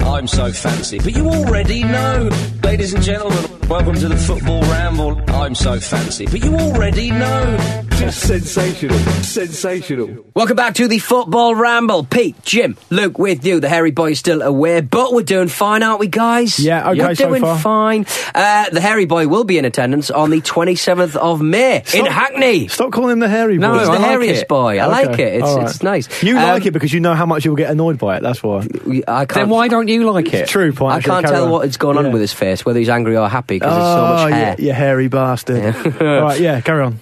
[SPEAKER 4] I'm so fancy. But you already know. Ladies and gentlemen, welcome to the Football Ramble. I'm so fancy. But you already know.
[SPEAKER 2] Just sensational. Sensational.
[SPEAKER 1] Welcome back to the Football Ramble. Pete, Jim, Luke with you. The hairy boy's still away, but we're doing fine, aren't we, guys?
[SPEAKER 2] Yeah, okay
[SPEAKER 1] We're
[SPEAKER 2] so
[SPEAKER 1] doing
[SPEAKER 2] far.
[SPEAKER 1] fine. Uh, the hairy boy will be in attendance on the 27th of May in
[SPEAKER 2] Stop-
[SPEAKER 1] Hackney.
[SPEAKER 2] Stop calling him the hairy boy.
[SPEAKER 1] No, He's the I like hairiest it. boy. I like it. It's-
[SPEAKER 2] all
[SPEAKER 1] it's nice.
[SPEAKER 2] You
[SPEAKER 1] Um,
[SPEAKER 2] like it because you know how much you'll get annoyed by it. That's why.
[SPEAKER 1] We- I can't,
[SPEAKER 3] Then why don't you like it?
[SPEAKER 2] True point.
[SPEAKER 1] I
[SPEAKER 2] actually.
[SPEAKER 1] can't
[SPEAKER 2] Carry
[SPEAKER 1] tell
[SPEAKER 2] on.
[SPEAKER 1] what is going
[SPEAKER 2] Yeah.
[SPEAKER 1] on with his face, whether he's angry or happy, because there's so
[SPEAKER 2] oh,
[SPEAKER 1] much hair.
[SPEAKER 2] Yeah, you hairy bastard.
[SPEAKER 1] [LAUGHS]
[SPEAKER 2] all right, yeah, carry on.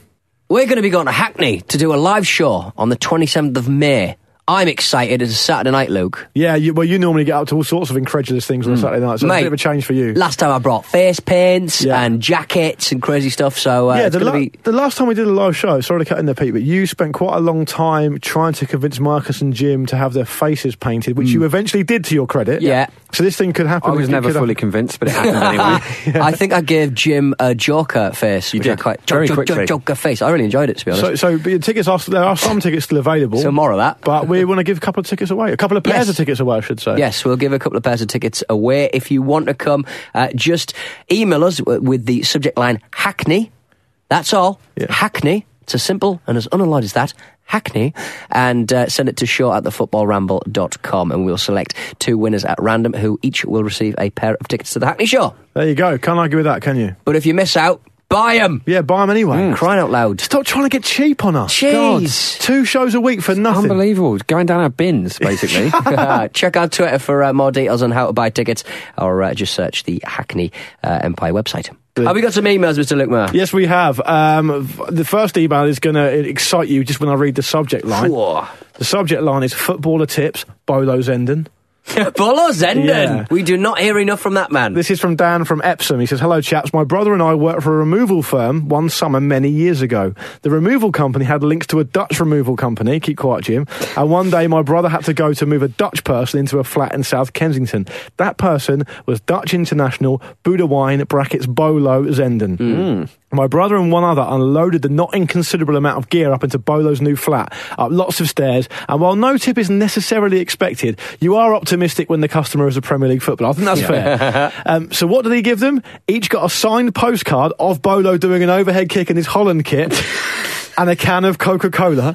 [SPEAKER 1] We're going to be going to Hackney to do a live show on the 27th of May. I'm excited. It's a Saturday night, Luke.
[SPEAKER 2] Yeah, you, well, you normally get up to all sorts of incredulous things on a Saturday night, so it's a
[SPEAKER 1] Hmm. Mate,
[SPEAKER 2] bit of a change for you.
[SPEAKER 1] Last time I brought face paints
[SPEAKER 2] Yeah.
[SPEAKER 1] and jackets and crazy stuff, so uh,
[SPEAKER 2] yeah,
[SPEAKER 1] it's
[SPEAKER 2] the,
[SPEAKER 1] going
[SPEAKER 2] la- [LAUGHS]
[SPEAKER 1] to be.
[SPEAKER 2] the last time we did a live show, sorry to cut in there, Pete, but you spent quite a long time trying to convince Marcus and Jim to have their faces painted, which you eventually did to your credit.
[SPEAKER 1] Hmm. Yeah.
[SPEAKER 2] So this thing could happen.
[SPEAKER 3] I was
[SPEAKER 2] It
[SPEAKER 3] never
[SPEAKER 2] could
[SPEAKER 3] fully
[SPEAKER 2] happen.
[SPEAKER 3] convinced, but it happened
[SPEAKER 2] [LAUGHS]
[SPEAKER 3] anyway.
[SPEAKER 1] I think I gave Jim a Joker face. You
[SPEAKER 3] did, very quickly.
[SPEAKER 1] Joker face. I really enjoyed it, to be honest.
[SPEAKER 2] So, so but your tickets are, there
[SPEAKER 1] [LAUGHS]
[SPEAKER 2] are some tickets still available.
[SPEAKER 1] So more of that. [LAUGHS]
[SPEAKER 2] But we want to give a couple of tickets away, a couple of
[SPEAKER 1] Yes.
[SPEAKER 2] pairs of tickets away, I should say.
[SPEAKER 1] Yes, we'll give a couple of pairs of tickets away. If you want to come, uh, just email us w- with the subject line Hackney. That's all.
[SPEAKER 2] Yeah.
[SPEAKER 1] Hackney. It's as simple and as unalloyed as that. Hackney. And uh, send it to show at thefootballramble.com and we'll select two winners at random who each will receive a pair of tickets to the Hackney Show.
[SPEAKER 2] There you go. Can't argue with that, can you?
[SPEAKER 1] But if you miss out, buy them.
[SPEAKER 2] [LAUGHS] Yeah, buy them anyway.
[SPEAKER 1] Mm, Crying out loud.
[SPEAKER 2] Stop trying to get cheap on us.
[SPEAKER 1] Jeez.
[SPEAKER 2] God. Two shows a week for nothing.
[SPEAKER 3] Unbelievable. Going down our [LAUGHS] bins, basically.
[SPEAKER 1] [LAUGHS] Check out Twitter for uh, more details on how to buy tickets or uh, just search the Hackney uh, Empire website. Have we got some emails, Mr. Luke Moore?
[SPEAKER 2] Yes, we have. Um, v- the first email is going to excite you just when I read the subject line.
[SPEAKER 1] Whoa.
[SPEAKER 2] The subject line is footballer tips, Bolo Zenden.
[SPEAKER 1] [LAUGHS] Bolo Zenden.
[SPEAKER 2] Yeah.
[SPEAKER 1] We do not hear enough from that man.
[SPEAKER 2] This is from Dan from Epsom. He says, Hello, chaps. My brother and I worked for a removal firm one summer many years ago. The removal company had links to a Dutch removal company. Keep quiet, Jim. And one day, my brother had to go to move a Dutch person into a flat in South Kensington. That person was Dutch international Budawine brackets Bolo Zenden. My brother and one other unloaded the not inconsiderable amount of gear up into Bolo's new flat, up lots of stairs, and while no tip is necessarily expected, you are optimistic when the customer is a Premier League footballer. I think that's fair. um, so what did he give them? Each got a signed postcard of Bolo doing an overhead kick in his Holland kit. and a can of Coca Cola,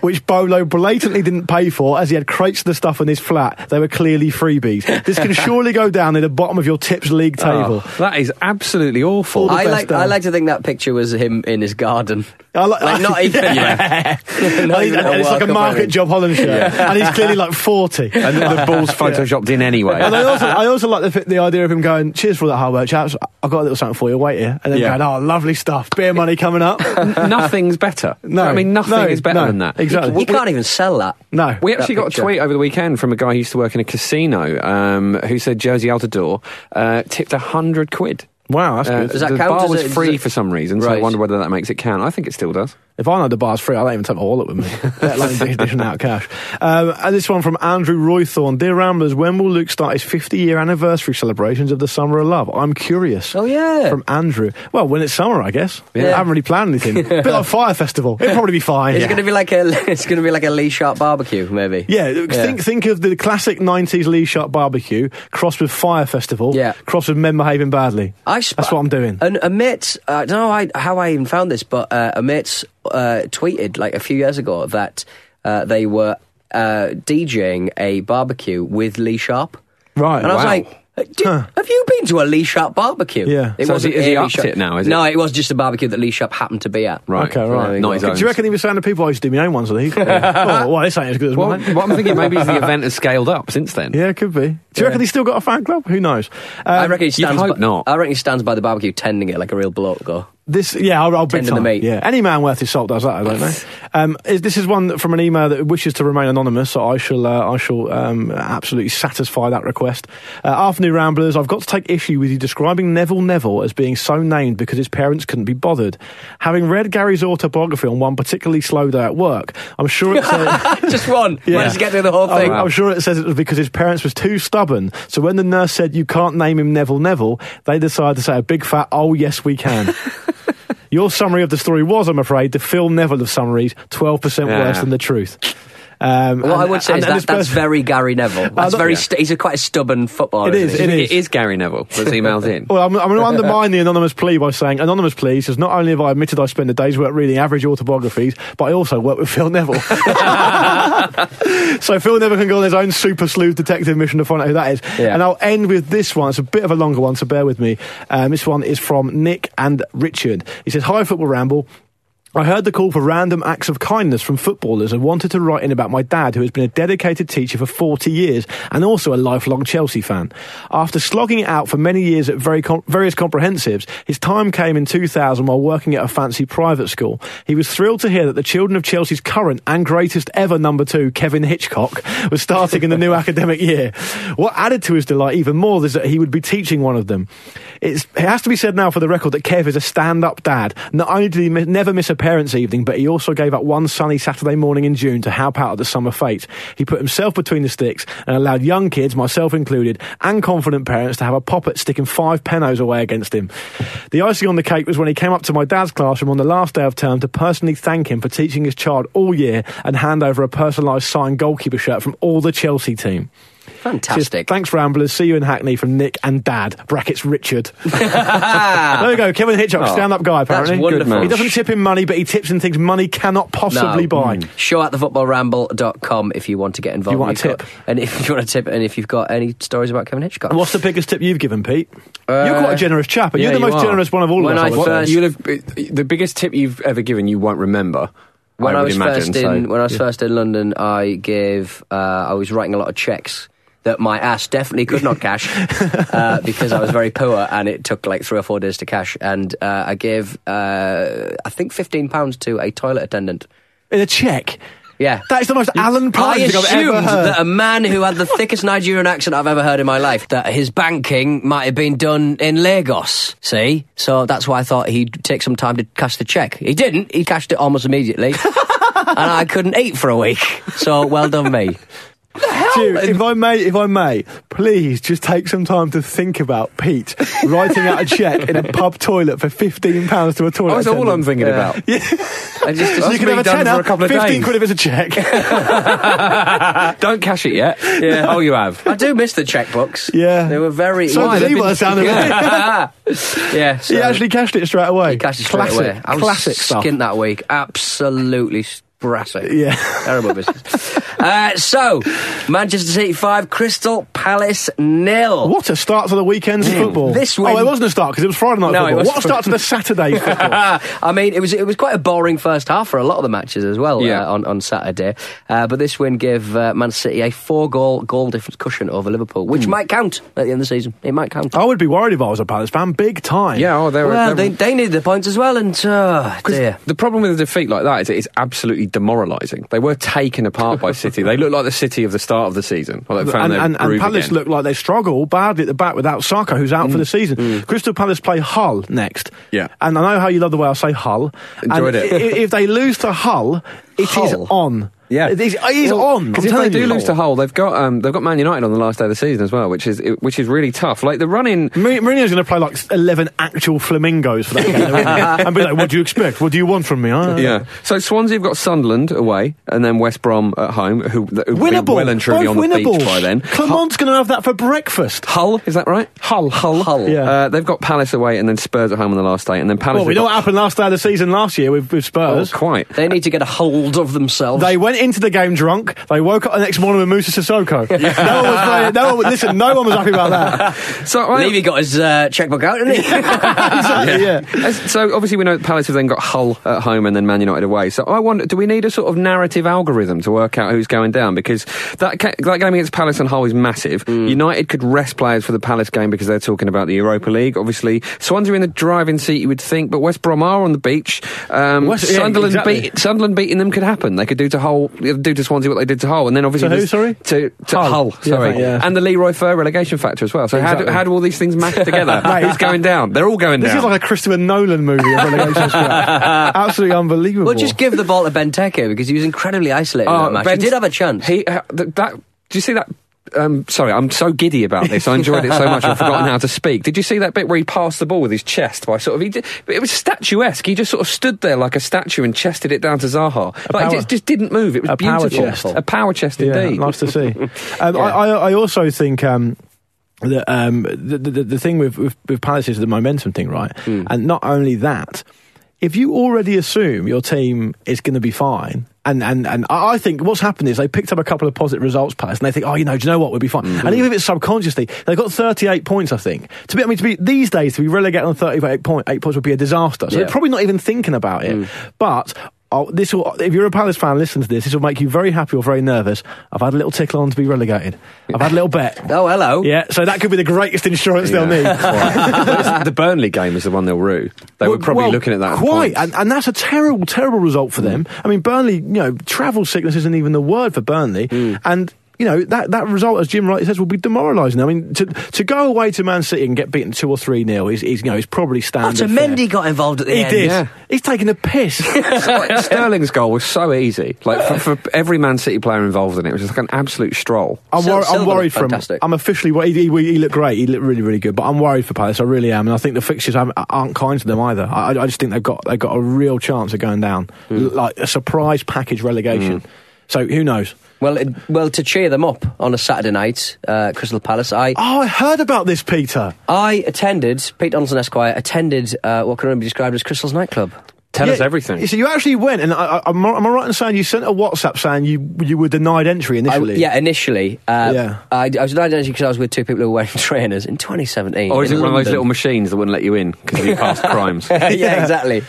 [SPEAKER 2] which Bolo blatantly didn't pay for as he had crates of the stuff in his flat. They were clearly freebies. This can surely go down in the bottom of your tips league table.
[SPEAKER 3] Oh, that is absolutely awful.
[SPEAKER 1] I like, I like to think that picture was him in his garden.
[SPEAKER 2] I like-
[SPEAKER 1] Like, not
[SPEAKER 2] [LAUGHS]
[SPEAKER 1] even.
[SPEAKER 2] Yeah.
[SPEAKER 1] Not even
[SPEAKER 2] and it's like a
[SPEAKER 1] World Cup
[SPEAKER 2] market
[SPEAKER 1] winner.
[SPEAKER 2] job Holland shirt,
[SPEAKER 1] Yeah.
[SPEAKER 2] and he's clearly like forty.
[SPEAKER 3] and the, the
[SPEAKER 2] [LAUGHS]
[SPEAKER 3] [LAUGHS] ball's photoshopped in anyway.
[SPEAKER 2] And I also, I also like the, fi- the idea of him going, cheers for all that hard work, chaps. I've got a little something for you, wait here. And then
[SPEAKER 3] Yeah.
[SPEAKER 2] going, oh, lovely stuff, beer money coming up.
[SPEAKER 3] nothing's better.
[SPEAKER 2] No,
[SPEAKER 3] I mean nothing
[SPEAKER 2] no,
[SPEAKER 3] is better
[SPEAKER 2] no,
[SPEAKER 3] than that.
[SPEAKER 2] exactly.
[SPEAKER 1] You can't even sell that.
[SPEAKER 2] No.
[SPEAKER 3] We actually
[SPEAKER 1] That
[SPEAKER 3] got
[SPEAKER 1] picture.
[SPEAKER 3] a tweet over the weekend from a guy who used to work in a casino um, who said Josie Altador uh, tipped a hundred quid.
[SPEAKER 2] Wow, that's
[SPEAKER 3] Uh,
[SPEAKER 2] good.
[SPEAKER 1] Does that
[SPEAKER 3] the
[SPEAKER 1] count?
[SPEAKER 3] bar
[SPEAKER 1] Does
[SPEAKER 3] was
[SPEAKER 1] it- does
[SPEAKER 3] free
[SPEAKER 1] it-
[SPEAKER 3] for some reason, so I
[SPEAKER 1] Right.
[SPEAKER 3] wonder whether that makes it count. I think it still does.
[SPEAKER 2] If I know the bar's free, I don't even take my wallet with
[SPEAKER 1] [LAUGHS]
[SPEAKER 2] me, let alone dish- dishing out cash. Um, and this one from Andrew Roythorne. Dear Ramblers, when will Luke start his 50 year anniversary celebrations of the Summer of Love? I'm curious.
[SPEAKER 1] Oh, yeah.
[SPEAKER 2] From Andrew. Well, when it's summer, I guess.
[SPEAKER 1] Yeah.
[SPEAKER 2] I haven't really
[SPEAKER 1] [LAUGHS]
[SPEAKER 2] planned anything. Bit like Fire Festival. It'll probably be fine.
[SPEAKER 1] It's
[SPEAKER 2] Yeah.
[SPEAKER 1] going to be like a. [LAUGHS] It's going to be like a Lee Sharp barbecue, maybe.
[SPEAKER 2] Yeah, think think of the classic '90s Lee Sharp barbecue crossed with Fire Festival,
[SPEAKER 1] Yeah.
[SPEAKER 2] crossed with men behaving badly.
[SPEAKER 1] I sp- Uh,
[SPEAKER 2] That's what I'm doing.
[SPEAKER 1] And a mate, I don't know I, how I even found this, but uh, a mate uh, tweeted like a few years ago that uh, they were uh, DJing a barbecue with Lee Sharp.
[SPEAKER 2] Right,
[SPEAKER 1] And I was
[SPEAKER 2] wow.
[SPEAKER 1] like, "Do-
[SPEAKER 2] Huh.
[SPEAKER 1] have you been to a Lee Sharp barbecue?
[SPEAKER 2] Yeah.
[SPEAKER 1] It
[SPEAKER 3] So
[SPEAKER 1] wasn't
[SPEAKER 3] is he- is he
[SPEAKER 1] a Lee
[SPEAKER 3] upped
[SPEAKER 1] Sharp-
[SPEAKER 3] it now, is it?
[SPEAKER 1] No, it was just a barbecue that Lee Sharp happened to be at.
[SPEAKER 3] Right.
[SPEAKER 2] Okay,
[SPEAKER 1] There
[SPEAKER 2] right.
[SPEAKER 1] you
[SPEAKER 3] Not his
[SPEAKER 1] go.
[SPEAKER 3] own.
[SPEAKER 2] Do you reckon he was saying to people, "I used to do my own ones"? I
[SPEAKER 1] [LAUGHS]
[SPEAKER 2] think. oh, well, this ain't as good as
[SPEAKER 3] Well,
[SPEAKER 2] mine.
[SPEAKER 3] what I'm thinking maybe
[SPEAKER 2] [LAUGHS]
[SPEAKER 3] is the event has scaled up since then.
[SPEAKER 2] Yeah, it could be. Do you reckon he's still got a fan club? Who knows? Um,
[SPEAKER 1] I reckon he
[SPEAKER 3] you'd
[SPEAKER 1] stands.
[SPEAKER 3] hope
[SPEAKER 1] by,
[SPEAKER 3] not.
[SPEAKER 1] I reckon he stands by the barbecue, tending it like a real bloke. Go.
[SPEAKER 2] This, yeah, I'll, I'll big
[SPEAKER 1] Tend to
[SPEAKER 2] time.
[SPEAKER 1] the meat.
[SPEAKER 2] Yeah, any man worth his salt does that, I don't
[SPEAKER 1] [LAUGHS]
[SPEAKER 2] know. Um, is, this is one from an email that wishes to remain anonymous, so I shall, uh, I shall um, absolutely satisfy that request. Uh, Afternoon Ramblers, I've got to take issue with you describing Neville Neville as being so named because his parents couldn't be bothered. Having read Gary's autobiography on one particularly slow day at work, I'm sure
[SPEAKER 1] [LAUGHS]
[SPEAKER 2] it said.
[SPEAKER 1] [LAUGHS] Just one.
[SPEAKER 2] Yeah. Oh,
[SPEAKER 1] Managed to get through the whole thing.
[SPEAKER 2] I'm, I'm sure it says it was because his parents was too stubborn. So when the nurse said you can't name him Neville Neville, they decided to say a big fat oh yes
[SPEAKER 1] [LAUGHS]
[SPEAKER 2] we can. Your summary of the story was, I'm afraid, the Phil Neville of summaries, twelve percent
[SPEAKER 3] Yeah.
[SPEAKER 2] worse than the truth. Um,
[SPEAKER 1] What
[SPEAKER 2] and-
[SPEAKER 1] I would say
[SPEAKER 2] and-
[SPEAKER 1] is
[SPEAKER 2] and
[SPEAKER 1] that
[SPEAKER 2] this
[SPEAKER 1] that's
[SPEAKER 2] person-
[SPEAKER 1] very Gary
[SPEAKER 2] [LAUGHS]
[SPEAKER 1] Neville. That's
[SPEAKER 2] not-
[SPEAKER 1] very.
[SPEAKER 2] yeah.
[SPEAKER 1] St- he's a quite a stubborn footballer.
[SPEAKER 2] It
[SPEAKER 1] isn't
[SPEAKER 2] is,
[SPEAKER 1] he?
[SPEAKER 2] it
[SPEAKER 3] It is Gary Neville
[SPEAKER 2] [LAUGHS]
[SPEAKER 3] that's emailed in.
[SPEAKER 2] Well, I'm, I'm going to undermine the anonymous plea by saying, anonymous plea says not only have I admitted I spend a day's work reading average autobiographies, but I also work with Phil Neville. [LAUGHS] so Phil Neville can go on his own super sleuth detective mission to find out who that is.
[SPEAKER 1] Yeah.
[SPEAKER 2] And I'll end with this one. It's a bit of a longer one, so bear with me. Um, this one is from Nick and Richard. He says, "Hi, Football Ramble." I heard the call for random acts of kindness from footballers and wanted to write in about my dad, who has been a dedicated teacher for 40 years and also a lifelong Chelsea fan. After slogging it out for many years at very com- various comprehensives, his time came in 2000 while working at a fancy private school. He was thrilled to hear that the children of Chelsea's current and greatest ever number two, Kevin Hitchcock, [LAUGHS] was starting in the new [LAUGHS] academic year. What added to his delight even more is that he would be teaching one of them. It's, it has to be said now for the record that Kev is a stand up dad. Not only did he mi- never miss a parents' evening, but he also gave up one sunny Saturday morning in June to help out at the summer fete. He put himself between the sticks and allowed young kids, myself included, and confident parents to have a pop at sticking five pennos away against him. The icing on the cake was when he came up to my dad's classroom on the last day of term to personally thank him for teaching his child all year and hand over a personalised signed goalkeeper shirt from all the Chelsea team. Cheers.
[SPEAKER 1] Fantastic.
[SPEAKER 2] Thanks, Ramblers. See you in Hackney from Nick and Dad. Brackets Richard. [LAUGHS] there you go. Kevin Hitchcock, stand-up guy. Apparently,
[SPEAKER 1] Oh, wonderful.
[SPEAKER 2] He doesn't tip in money, but he tips in things money cannot possibly
[SPEAKER 1] No.
[SPEAKER 2] buy.
[SPEAKER 1] Show at thefootballramble.com if you want to get involved.
[SPEAKER 2] You want
[SPEAKER 1] If
[SPEAKER 2] a
[SPEAKER 1] you've got-
[SPEAKER 2] tip?
[SPEAKER 1] and if you want a tip, and if you've got any stories about Kevin Hitchcock.
[SPEAKER 2] What's the biggest tip you've given, Pete?
[SPEAKER 1] Uh,
[SPEAKER 2] you're quite a generous chap, and
[SPEAKER 3] yeah,
[SPEAKER 2] you're the
[SPEAKER 3] you
[SPEAKER 2] most
[SPEAKER 3] are.
[SPEAKER 2] generous one of all
[SPEAKER 1] When
[SPEAKER 2] of us.
[SPEAKER 1] I
[SPEAKER 2] I would
[SPEAKER 1] first-
[SPEAKER 2] say.
[SPEAKER 3] You'll have, the biggest tip you've ever given, you won't remember.
[SPEAKER 1] when I,
[SPEAKER 3] would
[SPEAKER 1] was
[SPEAKER 3] imagine,
[SPEAKER 1] first
[SPEAKER 3] so-
[SPEAKER 1] in when I was first in London, I gave uh, I was writing a lot of checks that my ass definitely could not
[SPEAKER 3] [LAUGHS]
[SPEAKER 1] cash uh, because I was very poor and it took like three or four days to cash. And uh, I gave uh, I think fifteen pounds to a toilet attendant.
[SPEAKER 2] in a check.
[SPEAKER 1] Yeah,
[SPEAKER 2] That is the most Alan
[SPEAKER 1] I
[SPEAKER 2] Prime thing I've
[SPEAKER 1] assumed
[SPEAKER 2] ever heard.
[SPEAKER 1] that a man who had the thickest Nigerian accent I've ever heard in my life, that his banking might have been done in Lagos. See, so that's why I thought he'd take some time to cash the check. He didn't. He cashed it
[SPEAKER 2] [LAUGHS]
[SPEAKER 1] almost immediately, and I couldn't eat for a week. So well done me.
[SPEAKER 2] Stu, if I may, if I may, please just take some time to think about Pete writing out a check in a pub toilet for fifteen pounds to a
[SPEAKER 1] Oh,
[SPEAKER 2] toilet.
[SPEAKER 3] That's all I'm thinking
[SPEAKER 2] attendant.
[SPEAKER 3] about.
[SPEAKER 2] [LAUGHS] Yeah.
[SPEAKER 3] I just,
[SPEAKER 2] you can have a tenner, fifteen
[SPEAKER 1] [LAUGHS]
[SPEAKER 2] quid if it's a [LAUGHS] check.
[SPEAKER 3] Don't cash it
[SPEAKER 2] [LAUGHS]
[SPEAKER 3] yet.
[SPEAKER 1] Yeah.
[SPEAKER 3] Oh, you have.
[SPEAKER 1] I do miss the checkbooks.
[SPEAKER 2] Yeah.
[SPEAKER 1] They were very.
[SPEAKER 2] So
[SPEAKER 1] Why?
[SPEAKER 2] did
[SPEAKER 1] They've
[SPEAKER 2] he, by the sound of
[SPEAKER 1] [LAUGHS]
[SPEAKER 2] it.
[SPEAKER 1] yeah.
[SPEAKER 2] [LAUGHS]
[SPEAKER 1] yeah so
[SPEAKER 2] he actually cashed it straight away.
[SPEAKER 1] he cashed it straight
[SPEAKER 2] Classic.
[SPEAKER 1] away. I was
[SPEAKER 2] Classic stuff.
[SPEAKER 1] skint that week. Absolutely brassy.
[SPEAKER 3] [LAUGHS]
[SPEAKER 2] Yeah. [LAUGHS]
[SPEAKER 1] Terrible business. uh, so, Manchester City 5, Crystal Palace nil.
[SPEAKER 2] What a start to the weekend's football.
[SPEAKER 1] This
[SPEAKER 2] Oh,
[SPEAKER 1] win-
[SPEAKER 2] it wasn't a start because it was Friday night
[SPEAKER 1] No, it
[SPEAKER 2] football.
[SPEAKER 1] was
[SPEAKER 2] What a start to the Saturday football.
[SPEAKER 1] [LAUGHS] I mean, it was it was quite a boring first half for a lot of the matches as well
[SPEAKER 3] Yeah.
[SPEAKER 1] uh, on on Saturday. Uh, but this win gave uh, Man City a four goal goal difference cushion over Liverpool, which
[SPEAKER 3] Hmm.
[SPEAKER 1] might count at the end of the season. It might count.
[SPEAKER 2] I would be worried if I was a Palace fan. Big time.
[SPEAKER 3] Yeah, oh, they were.
[SPEAKER 1] well, they,
[SPEAKER 3] they were-
[SPEAKER 1] they needed the points as well, and uh,
[SPEAKER 3] 'cause
[SPEAKER 1] dear.
[SPEAKER 3] The problem with a defeat like that is it's absolutely demoralising. They were taken apart by City. They looked like the City of the start of the season. Well, they found
[SPEAKER 2] and,
[SPEAKER 3] their
[SPEAKER 2] and, and
[SPEAKER 3] groove
[SPEAKER 2] Palace
[SPEAKER 3] again.
[SPEAKER 2] look like they struggle badly at the back without Saka, who's out for the season. Crystal Palace play Hull next.
[SPEAKER 3] Yeah.
[SPEAKER 2] And I know how you love the way I say Hull.
[SPEAKER 3] Enjoyed
[SPEAKER 2] And
[SPEAKER 3] it.
[SPEAKER 2] i- i- If they lose to Hull, it is
[SPEAKER 3] Hull?
[SPEAKER 2] on.
[SPEAKER 3] Yeah,
[SPEAKER 2] It is, it is
[SPEAKER 3] Well,
[SPEAKER 2] on. I'm
[SPEAKER 3] 'cause if they
[SPEAKER 2] telling
[SPEAKER 3] do
[SPEAKER 2] you.
[SPEAKER 3] lose to Hull, they've got um, they've got Man United on the last day of the season as well, which is which is really tough. Like the run in.
[SPEAKER 2] Mou- Mourinho's going to play like 11 actual flamingos for that game,
[SPEAKER 3] [LAUGHS]
[SPEAKER 2] isn't he? and be like, what do you expect? What do you want from me? I-
[SPEAKER 3] Yeah. So Swansea have got Sunderland away, and then West Brom at home, who who've been
[SPEAKER 2] Winnable.
[SPEAKER 3] well and truly
[SPEAKER 2] Both
[SPEAKER 3] on the
[SPEAKER 2] winnable.
[SPEAKER 3] beach by then.
[SPEAKER 2] Clement's going to have that for breakfast.
[SPEAKER 3] Hull, is that right? Hull, Hull, Hull.
[SPEAKER 2] Yeah.
[SPEAKER 3] Uh, they've got Palace away, and then Spurs at home on the last day, and then Palace.
[SPEAKER 2] Well, we
[SPEAKER 3] have
[SPEAKER 2] know what
[SPEAKER 3] got-
[SPEAKER 2] happened last day of the season last year with, with
[SPEAKER 3] Oh,
[SPEAKER 2] Spurs. [LAUGHS]
[SPEAKER 3] quite.
[SPEAKER 1] They need to get a hold of themselves.
[SPEAKER 2] They went into the game drunk. They woke up the next morning with Musa Sissoko.
[SPEAKER 3] [LAUGHS]
[SPEAKER 2] no one was playing, no one, listen, no one was happy about that.
[SPEAKER 3] [LAUGHS]
[SPEAKER 2] [LAUGHS]
[SPEAKER 3] So I,
[SPEAKER 1] Levy got his uh, checkbook out, didn't he?
[SPEAKER 2] Exactly, yeah.
[SPEAKER 3] As- So obviously we know that Palace have then got Hull at home and then Man United away. So I wonder, do we need a sort of narrative algorithm to work out who's going down? Because that ca- that game against Palace and Hull is massive.
[SPEAKER 2] Mm.
[SPEAKER 3] United could rest players for the Palace game because they're talking about the Europa League. Obviously, Swansea are in the driving seat, you would think, but West Brom are on the beach. Um,
[SPEAKER 2] West- yeah,
[SPEAKER 3] Sunderland
[SPEAKER 2] exactly.
[SPEAKER 3] beat Sunderland beating them could happen. They could do to Hull, do to Swansea what they did to Hull, and then obviously
[SPEAKER 2] To who,
[SPEAKER 3] there's-
[SPEAKER 2] sorry?
[SPEAKER 3] to, to
[SPEAKER 2] Hull.
[SPEAKER 3] Hull,
[SPEAKER 2] Yeah,
[SPEAKER 3] sorry,
[SPEAKER 2] right, yeah.
[SPEAKER 3] and the Leroy Fur relegation factor as well. So how, do,
[SPEAKER 2] Exactly.
[SPEAKER 3] how do all these things
[SPEAKER 2] [LAUGHS]
[SPEAKER 3] mash together?
[SPEAKER 2] Mate,
[SPEAKER 3] Who's going down? They're all going
[SPEAKER 2] This
[SPEAKER 3] down.
[SPEAKER 2] is like a Christopher Nolan movie of relegation
[SPEAKER 3] [LAUGHS]
[SPEAKER 2] scrap. Absolutely
[SPEAKER 1] [LAUGHS]
[SPEAKER 2] unbelievable.
[SPEAKER 1] well, just give the ball to Benteke because he was incredibly isolated in that match.
[SPEAKER 3] Ben's-
[SPEAKER 1] he did have a chance.
[SPEAKER 3] Oh, He uh, th- that. Do you see that? Um, sorry, I'm so giddy about this. I enjoyed it so much. I've forgotten how to speak. Did you see that bit where he passed the ball with his chest? By sort of, he did, it was statuesque. He just sort of stood there like a statue and chested it down to Zaha. like
[SPEAKER 2] power-
[SPEAKER 3] it just didn't move. It was
[SPEAKER 2] a power
[SPEAKER 3] beautiful.
[SPEAKER 2] chest.
[SPEAKER 3] A power chest
[SPEAKER 2] yeah,
[SPEAKER 3] indeed. [LAUGHS]
[SPEAKER 2] nice to see. Um, I, I, I also think. Um, that um, the, the the thing with, with with Palace is the momentum thing, right?
[SPEAKER 1] Mm.
[SPEAKER 2] And not only that, if you already assume your team is going to be fine, and, and and I I think what's happened is they picked up a couple of positive results, Palace, and they think, oh, you know, do you know what, we'll be fine.
[SPEAKER 1] Mm-hmm.
[SPEAKER 2] And even if it's subconsciously, they got thirty eight points. I think to be, I mean, to be these days to be relegated on thirty eight point eight points would be a disaster. So
[SPEAKER 1] Yeah.
[SPEAKER 2] they're
[SPEAKER 1] Mm.
[SPEAKER 2] probably not even thinking about it, but. Oh, this will, if you're a Palace fan, listen to this. This will make you very happy or very nervous. I've had a little tickle on to be relegated. I've had a little
[SPEAKER 1] [LAUGHS]
[SPEAKER 2] bet.
[SPEAKER 1] oh, hello.
[SPEAKER 2] Yeah, so that could be the greatest insurance they'll need.
[SPEAKER 3] [LAUGHS] Well, the Burnley game was the one they'll rue. They were
[SPEAKER 2] Well,
[SPEAKER 3] probably
[SPEAKER 2] well,
[SPEAKER 3] looking at that. Mm.
[SPEAKER 2] Quite,
[SPEAKER 3] point.
[SPEAKER 2] [LAUGHS] and, and that's a terrible, terrible result for them. I mean, Burnley, you know, travel sickness isn't even the word for Burnley.
[SPEAKER 3] Mm.
[SPEAKER 2] And, you know, that, that result, as Jim rightly says, will be demoralising. I mean, to, to go away to Man City and get beaten 2 or 3 nil is, is, you know, is probably
[SPEAKER 1] Oh,
[SPEAKER 2] standard.
[SPEAKER 1] so
[SPEAKER 2] fare.
[SPEAKER 1] Mendy got involved at the
[SPEAKER 2] He
[SPEAKER 1] end.
[SPEAKER 2] did.
[SPEAKER 3] yeah.
[SPEAKER 2] He's taking a
[SPEAKER 3] [LAUGHS]
[SPEAKER 2] piss.
[SPEAKER 3] Like, Sterling's goal was so easy. Like for, for every Man City player involved in it, it was just like an absolute stroll.
[SPEAKER 2] I'm,
[SPEAKER 1] Sil-
[SPEAKER 2] wor-
[SPEAKER 1] Silva
[SPEAKER 2] I'm worried
[SPEAKER 1] looked
[SPEAKER 2] for him.
[SPEAKER 1] fantastic.
[SPEAKER 2] I'm officially worried. He, he, he looked great. He looked really, really good. But I'm worried for Palace. I really am. And I think the fixtures aren't, aren't kind to them either. I, I just think they've got they've got a real chance of going down,
[SPEAKER 1] Hmm.
[SPEAKER 2] L- like a surprise package relegation. So who knows?
[SPEAKER 1] Well, it, well, to cheer them up on a Saturday night, uh, Crystal Palace, I
[SPEAKER 2] Oh, I heard about this, Peter.
[SPEAKER 1] I attended, Pete Donaldson Esquire attended uh, what can only be described as Crystal's nightclub. Uh,
[SPEAKER 3] Tell
[SPEAKER 2] Yeah,
[SPEAKER 3] us everything.
[SPEAKER 2] So you actually went, and I, I, am I am I right in saying you sent a WhatsApp saying you you were denied entry
[SPEAKER 1] I-
[SPEAKER 2] initially?
[SPEAKER 1] yeah, initially. Uh,
[SPEAKER 2] Yeah.
[SPEAKER 1] I, I was not identity because I was with two people who were wearing [LAUGHS] trainers in 2017.
[SPEAKER 3] Or is it
[SPEAKER 1] in
[SPEAKER 3] one of those
[SPEAKER 1] London.
[SPEAKER 3] little machines that wouldn't let you in because you
[SPEAKER 1] [LAUGHS]
[SPEAKER 3] passed crimes?
[SPEAKER 1] yeah, exactly.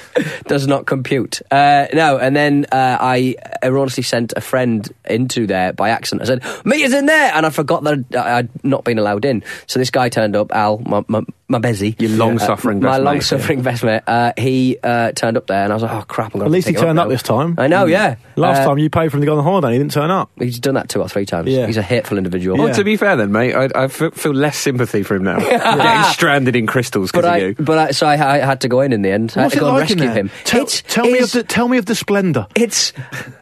[SPEAKER 1] Does not compute. Uh, no, and then uh, I erroneously sent a friend into there by accident. I said, "Meet us in there," and I forgot that I- I'd not been allowed in. So this guy turned up, Al, my my, my bezzy,
[SPEAKER 3] Your long-suffering
[SPEAKER 1] my
[SPEAKER 3] best mate.
[SPEAKER 1] long-suffering best mate. Uh, he uh, turned up there, and I was like, oh crap, I'm going.
[SPEAKER 2] At least he turned up,
[SPEAKER 1] now.
[SPEAKER 2] this time. Hmm.
[SPEAKER 1] I know, yeah.
[SPEAKER 2] Last
[SPEAKER 1] Uh,
[SPEAKER 2] time you paid for him to go on the holiday, and he didn't turn up.
[SPEAKER 1] he's done that two or three times.
[SPEAKER 2] Yeah.
[SPEAKER 1] He's a hateful individual.
[SPEAKER 2] Yeah.
[SPEAKER 3] Well, to be fair then, mate, I, I f- feel less sympathy for him
[SPEAKER 1] [LAUGHS]
[SPEAKER 3] now. Getting stranded in crystals
[SPEAKER 1] But
[SPEAKER 3] because of
[SPEAKER 1] I,
[SPEAKER 3] you.
[SPEAKER 1] but I, so I, I had to go in in the end. I had
[SPEAKER 2] What's
[SPEAKER 1] to
[SPEAKER 2] it
[SPEAKER 1] go and
[SPEAKER 2] like in
[SPEAKER 1] rescue
[SPEAKER 2] there?
[SPEAKER 1] him.
[SPEAKER 2] Tell,
[SPEAKER 1] It's-
[SPEAKER 2] tell me of
[SPEAKER 1] it's-
[SPEAKER 2] the tell me of the splendor.
[SPEAKER 1] It's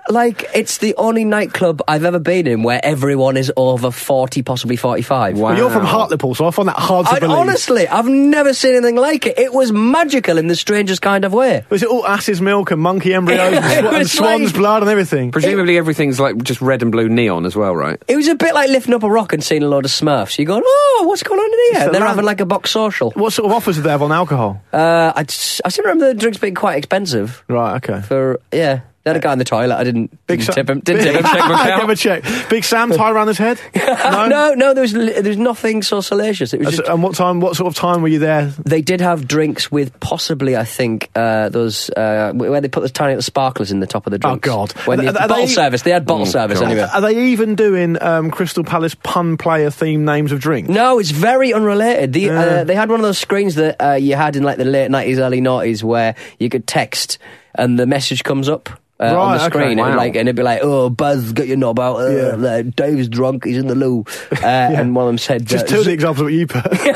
[SPEAKER 1] like it's the only nightclub I've ever been in where everyone is over forty, possibly forty-five.
[SPEAKER 3] Wow.
[SPEAKER 2] Well, you're from Hartlepool, so I find that hard to
[SPEAKER 1] And
[SPEAKER 2] believe.
[SPEAKER 1] honestly, I've never seen anything like it. It was magical in the strangest kind of way.
[SPEAKER 2] was it all ass's milk and monkey embryos and, swa-
[SPEAKER 1] It
[SPEAKER 2] and
[SPEAKER 1] was
[SPEAKER 2] swan's
[SPEAKER 1] like-
[SPEAKER 2] blood and everything?
[SPEAKER 3] Presumably everything's like just red and blue neon as well, right?
[SPEAKER 1] It was a bit like lifting up a rock and seeing a load of Smurfs. You're going, oh, what's going on in
[SPEAKER 2] It's
[SPEAKER 1] here?
[SPEAKER 2] the
[SPEAKER 1] They're
[SPEAKER 2] land-
[SPEAKER 1] having like a box social.
[SPEAKER 2] What sort of offers did they have on alcohol?
[SPEAKER 1] Uh, I, just- I seem to remember the drinks being quite expensive.
[SPEAKER 2] Right, okay.
[SPEAKER 1] For yeah, they had a guy in the toilet. I didn't, didn't
[SPEAKER 2] Sa-
[SPEAKER 1] tip him. Didn't
[SPEAKER 2] [LAUGHS]
[SPEAKER 1] tip him.
[SPEAKER 2] Give a check.
[SPEAKER 1] [LAUGHS]
[SPEAKER 2] Big Sam tie around his head.
[SPEAKER 1] no? [LAUGHS] no, there was li- there was nothing so salacious. It was just
[SPEAKER 2] And what time? What sort of time were you there?
[SPEAKER 1] they did have drinks with possibly I think uh, those uh, where they put the tiny little sparklers in the top of the
[SPEAKER 2] Oh,
[SPEAKER 1] drinks.
[SPEAKER 2] God.
[SPEAKER 1] When
[SPEAKER 2] Are
[SPEAKER 1] you-
[SPEAKER 2] they- are
[SPEAKER 1] bottle
[SPEAKER 2] they-
[SPEAKER 1] service, they had bottle
[SPEAKER 3] Oh,
[SPEAKER 1] service
[SPEAKER 3] God.
[SPEAKER 1] anyway.
[SPEAKER 2] Are they even doing um, Crystal Palace pun player themed names of drinks?
[SPEAKER 1] No, it's very unrelated. The,
[SPEAKER 2] Yeah.
[SPEAKER 1] uh, they had one of those screens that uh, you had in like the late nineties, early nineties, where you could text and the message comes up. Uh, on
[SPEAKER 2] Right,
[SPEAKER 1] the
[SPEAKER 2] okay.
[SPEAKER 1] screen,
[SPEAKER 2] Wow.
[SPEAKER 1] and, like, and it'd be like, "Oh, Buzz, get your knob out. Uh,
[SPEAKER 2] Yeah.
[SPEAKER 1] uh, Dave's drunk. He's in the loo." Uh, And one of them said,
[SPEAKER 2] Just
[SPEAKER 1] uh,
[SPEAKER 2] two of the
[SPEAKER 1] "Z-
[SPEAKER 2] examples of what you put.
[SPEAKER 1] [LAUGHS]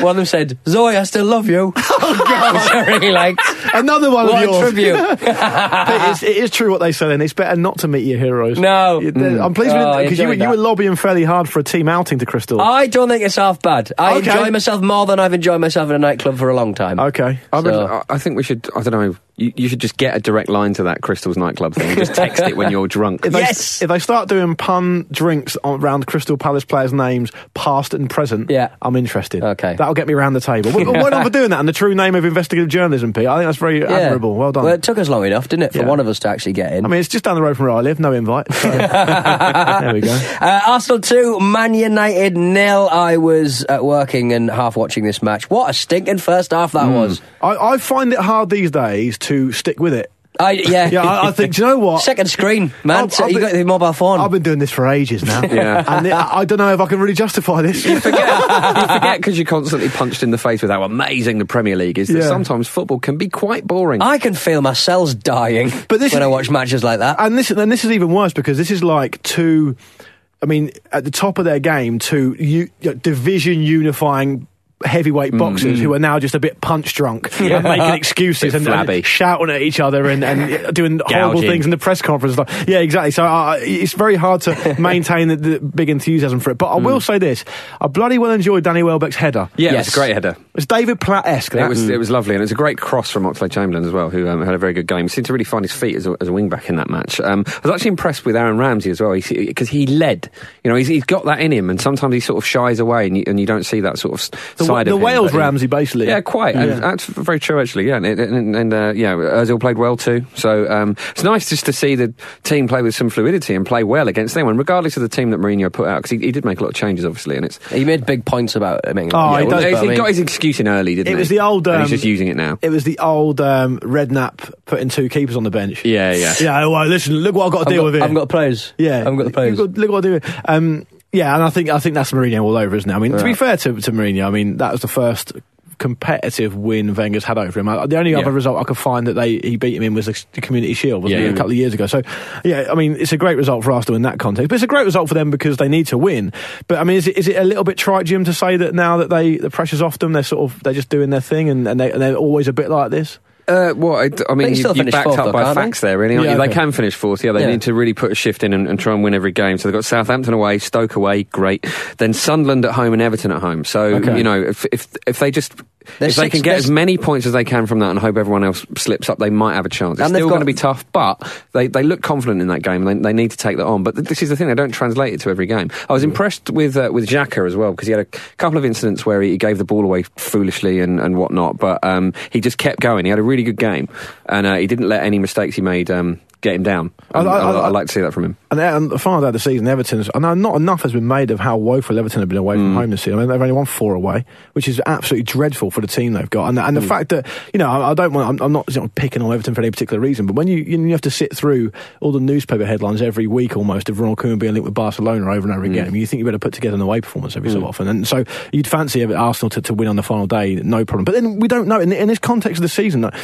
[SPEAKER 1] one of them said, "Zoe, I still love
[SPEAKER 2] [LAUGHS]
[SPEAKER 1] you." Oh God, [LAUGHS] Which I really liked.
[SPEAKER 2] Another one
[SPEAKER 1] What
[SPEAKER 2] of
[SPEAKER 1] a
[SPEAKER 2] yours.
[SPEAKER 1] tribute!
[SPEAKER 2] [LAUGHS] it, is, it is true what they say, and it's better not to meet your heroes.
[SPEAKER 1] No.
[SPEAKER 2] You- there- I'm pleased
[SPEAKER 1] Mm. Oh, I
[SPEAKER 2] because you,
[SPEAKER 1] enjoyed
[SPEAKER 2] you were
[SPEAKER 1] that. Oh,
[SPEAKER 2] lobbying fairly hard for a team outing to Crystal.
[SPEAKER 1] I don't think it's half bad. I
[SPEAKER 2] Okay.
[SPEAKER 1] enjoy myself more than I've enjoyed myself in a nightclub for a long time.
[SPEAKER 2] okay.
[SPEAKER 3] I, mean,
[SPEAKER 1] So-
[SPEAKER 3] I I think we should. I don't know. You, you should just get a direct line to that Crystals nightclub thing. and Just text it when
[SPEAKER 1] [LAUGHS]
[SPEAKER 3] you're drunk.
[SPEAKER 2] If they,
[SPEAKER 1] Yes.
[SPEAKER 2] If they start doing pun drinks on- around Crystal Palace players' names, past and present,
[SPEAKER 1] Yeah.
[SPEAKER 2] I'm interested.
[SPEAKER 1] Okay.
[SPEAKER 2] That'll get me around the table. Well,
[SPEAKER 1] [LAUGHS]
[SPEAKER 2] well done for doing that. And the true name of investigative journalism, Pete. I think that's very
[SPEAKER 1] Yeah.
[SPEAKER 2] admirable. Well done.
[SPEAKER 1] Well, it took us long enough, didn't it, for
[SPEAKER 2] Yeah.
[SPEAKER 1] one of us to actually get in?
[SPEAKER 2] I mean, it's just down the road from where I live.
[SPEAKER 1] [LAUGHS]
[SPEAKER 2] No invite. So. there we go.
[SPEAKER 1] Uh, Arsenal 2, Man United nil. I was uh, working and half watching this match. What a stinking first half
[SPEAKER 2] Hmm.
[SPEAKER 1] that was.
[SPEAKER 2] I, I find it hard these days to stick with it.
[SPEAKER 1] I, yeah.
[SPEAKER 2] Yeah, I, I think. Do you know what?
[SPEAKER 1] Second screen, man.
[SPEAKER 2] I've-
[SPEAKER 1] so
[SPEAKER 2] I've
[SPEAKER 1] you
[SPEAKER 2] been-
[SPEAKER 1] got the mobile phone.
[SPEAKER 2] I've been doing this for
[SPEAKER 1] [LAUGHS]
[SPEAKER 2] ages now.
[SPEAKER 3] Yeah.
[SPEAKER 2] And I, I don't know if I can really justify this.
[SPEAKER 3] forget [LAUGHS] you forget because you're constantly punched in the face with how amazing the Premier League is. That
[SPEAKER 2] Yeah.
[SPEAKER 3] sometimes football can be quite boring.
[SPEAKER 1] I can feel my cells dying
[SPEAKER 2] But this
[SPEAKER 1] when
[SPEAKER 2] is-
[SPEAKER 1] I watch matches like that.
[SPEAKER 2] and this and this is even worse because this is like two I mean at the top of their game two you, you know, division unifying
[SPEAKER 3] Mm-hmm.
[SPEAKER 2] heavyweight boxers who are now just a bit punch drunk
[SPEAKER 3] [LAUGHS]
[SPEAKER 2] and making excuses
[SPEAKER 3] Bit
[SPEAKER 2] and,
[SPEAKER 3] flabby.
[SPEAKER 2] and shouting at each other and,
[SPEAKER 3] [LAUGHS]
[SPEAKER 2] and doing horrible
[SPEAKER 3] Gouging.
[SPEAKER 2] things in the press conference like, yeah exactly so uh, it's very hard to
[SPEAKER 3] [LAUGHS]
[SPEAKER 2] maintain the, the big enthusiasm for it but I will say this I bloody well enjoyed Danny Welbeck's header
[SPEAKER 3] Mm.
[SPEAKER 1] Yes.
[SPEAKER 3] yeah, it was a great header.
[SPEAKER 2] it's David Platt-esque
[SPEAKER 3] It
[SPEAKER 2] that.
[SPEAKER 3] was it was lovely, and it was a great cross from Oxley Chamberlain as well, who um, had a very good game. Seemed to really find his feet as a, as a wing back in that match. Um, I was actually impressed with Aaron Ramsey as well, because he led. You know, he's, he's got that in him, and sometimes he sort of shies away, and you, and you don't see that sort of s-
[SPEAKER 2] The-
[SPEAKER 3] side
[SPEAKER 2] the
[SPEAKER 3] of him,
[SPEAKER 2] Wales
[SPEAKER 3] but he-
[SPEAKER 2] Ramsey, basically.
[SPEAKER 3] Yeah, quite.
[SPEAKER 2] Yeah.
[SPEAKER 3] And that's very true, actually. Yeah, and, and, and uh, yeah, Özil played well too. So um, it's nice just to see the team play with some fluidity and play well against anyone, regardless of the team that Mourinho put out, because he, he did make a lot of changes, obviously, and it's.
[SPEAKER 1] he made big points about it. I mean,
[SPEAKER 2] Oh, he
[SPEAKER 1] well,
[SPEAKER 2] does,
[SPEAKER 3] he,
[SPEAKER 2] but I mean-
[SPEAKER 3] got his excuse in early, didn't
[SPEAKER 2] it
[SPEAKER 3] he?
[SPEAKER 2] was the old. Um,
[SPEAKER 3] and he's just using it now.
[SPEAKER 2] It was the old um, Redknapp putting two keepers on the bench.
[SPEAKER 3] Yeah, yeah.
[SPEAKER 2] Yeah. oh, Well, listen, look what I've got to
[SPEAKER 1] I've
[SPEAKER 2] deal
[SPEAKER 1] got,
[SPEAKER 2] with here.
[SPEAKER 1] I've got the players.
[SPEAKER 2] yeah,
[SPEAKER 1] I've got the players.
[SPEAKER 2] Look, look what I do. here. Um, yeah, and I think I think that's Mourinho all over, isn't it? I mean, to be fair to, to Mourinho, I mean that was the first competitive win Wenger's had over him. I, the only other result I could find that they he beat him in was the, the Community Shield, wasn't
[SPEAKER 3] Yeah.
[SPEAKER 2] it, a couple of years ago? So, yeah, I mean, it's a great result for Arsenal in that context, but it's a great result for them because they need to win. But I mean, is it, is it a little bit trite, Jim, to say that now that they the pressure's off them, they're sort of they're just doing their thing and, and, they, and they're always a bit like this?
[SPEAKER 3] Uh, well, I, d- I
[SPEAKER 1] They
[SPEAKER 3] mean, you,
[SPEAKER 1] still
[SPEAKER 3] you
[SPEAKER 1] finished
[SPEAKER 3] backed
[SPEAKER 1] fourth,
[SPEAKER 3] up
[SPEAKER 1] though,
[SPEAKER 3] by
[SPEAKER 1] can't they?
[SPEAKER 3] facts there, really. Aren't
[SPEAKER 2] Yeah,
[SPEAKER 3] you?
[SPEAKER 2] okay.
[SPEAKER 3] They can finish fourth. Yeah, they
[SPEAKER 1] Yeah.
[SPEAKER 3] need to really put a shift in and, and try and win every game. So they've got Southampton away, Stoke away, great. Then Sunderland at home and Everton at home. So
[SPEAKER 2] Okay.
[SPEAKER 3] you know, if if, if they just
[SPEAKER 1] They're
[SPEAKER 3] if they
[SPEAKER 1] six-
[SPEAKER 3] can get
[SPEAKER 1] they're-
[SPEAKER 3] as many points as they can from that and hope everyone else slips up, they might have a chance. It's
[SPEAKER 1] And they've
[SPEAKER 3] still going
[SPEAKER 1] got-
[SPEAKER 3] to be tough, but they, they look confident in that game. They, they need to take that on. But th- this is the thing; they don't translate it to every game. I
[SPEAKER 2] Mm.
[SPEAKER 3] was impressed with uh, with Xhaka as well because he had a couple of incidents where he gave the ball away foolishly and, and whatnot. But um, he just kept going. He had a really good game, and uh, he didn't let any mistakes he made um, get him down.
[SPEAKER 2] I-
[SPEAKER 3] And
[SPEAKER 2] I-
[SPEAKER 3] I,
[SPEAKER 2] I-
[SPEAKER 3] I like to see that from him.
[SPEAKER 2] And, and the final day of the season, Everton's. I know not enough has been made of how woeful Everton have been away from home this season. I mean, they've only won four away, which is absolutely dreadful for the team they've got. And, and the fact that you know, I, I don't want. I'm, I'm not you know, picking on Everton for any particular reason, but when you you have to sit through all the newspaper headlines every week almost of Ronald Koeman being linked with Barcelona over and over again, I mean, you think you better put together an away performance every so often. And so you'd fancy Arsenal to, to win on the final day, no problem. But then we don't know in, in this context of the season. like,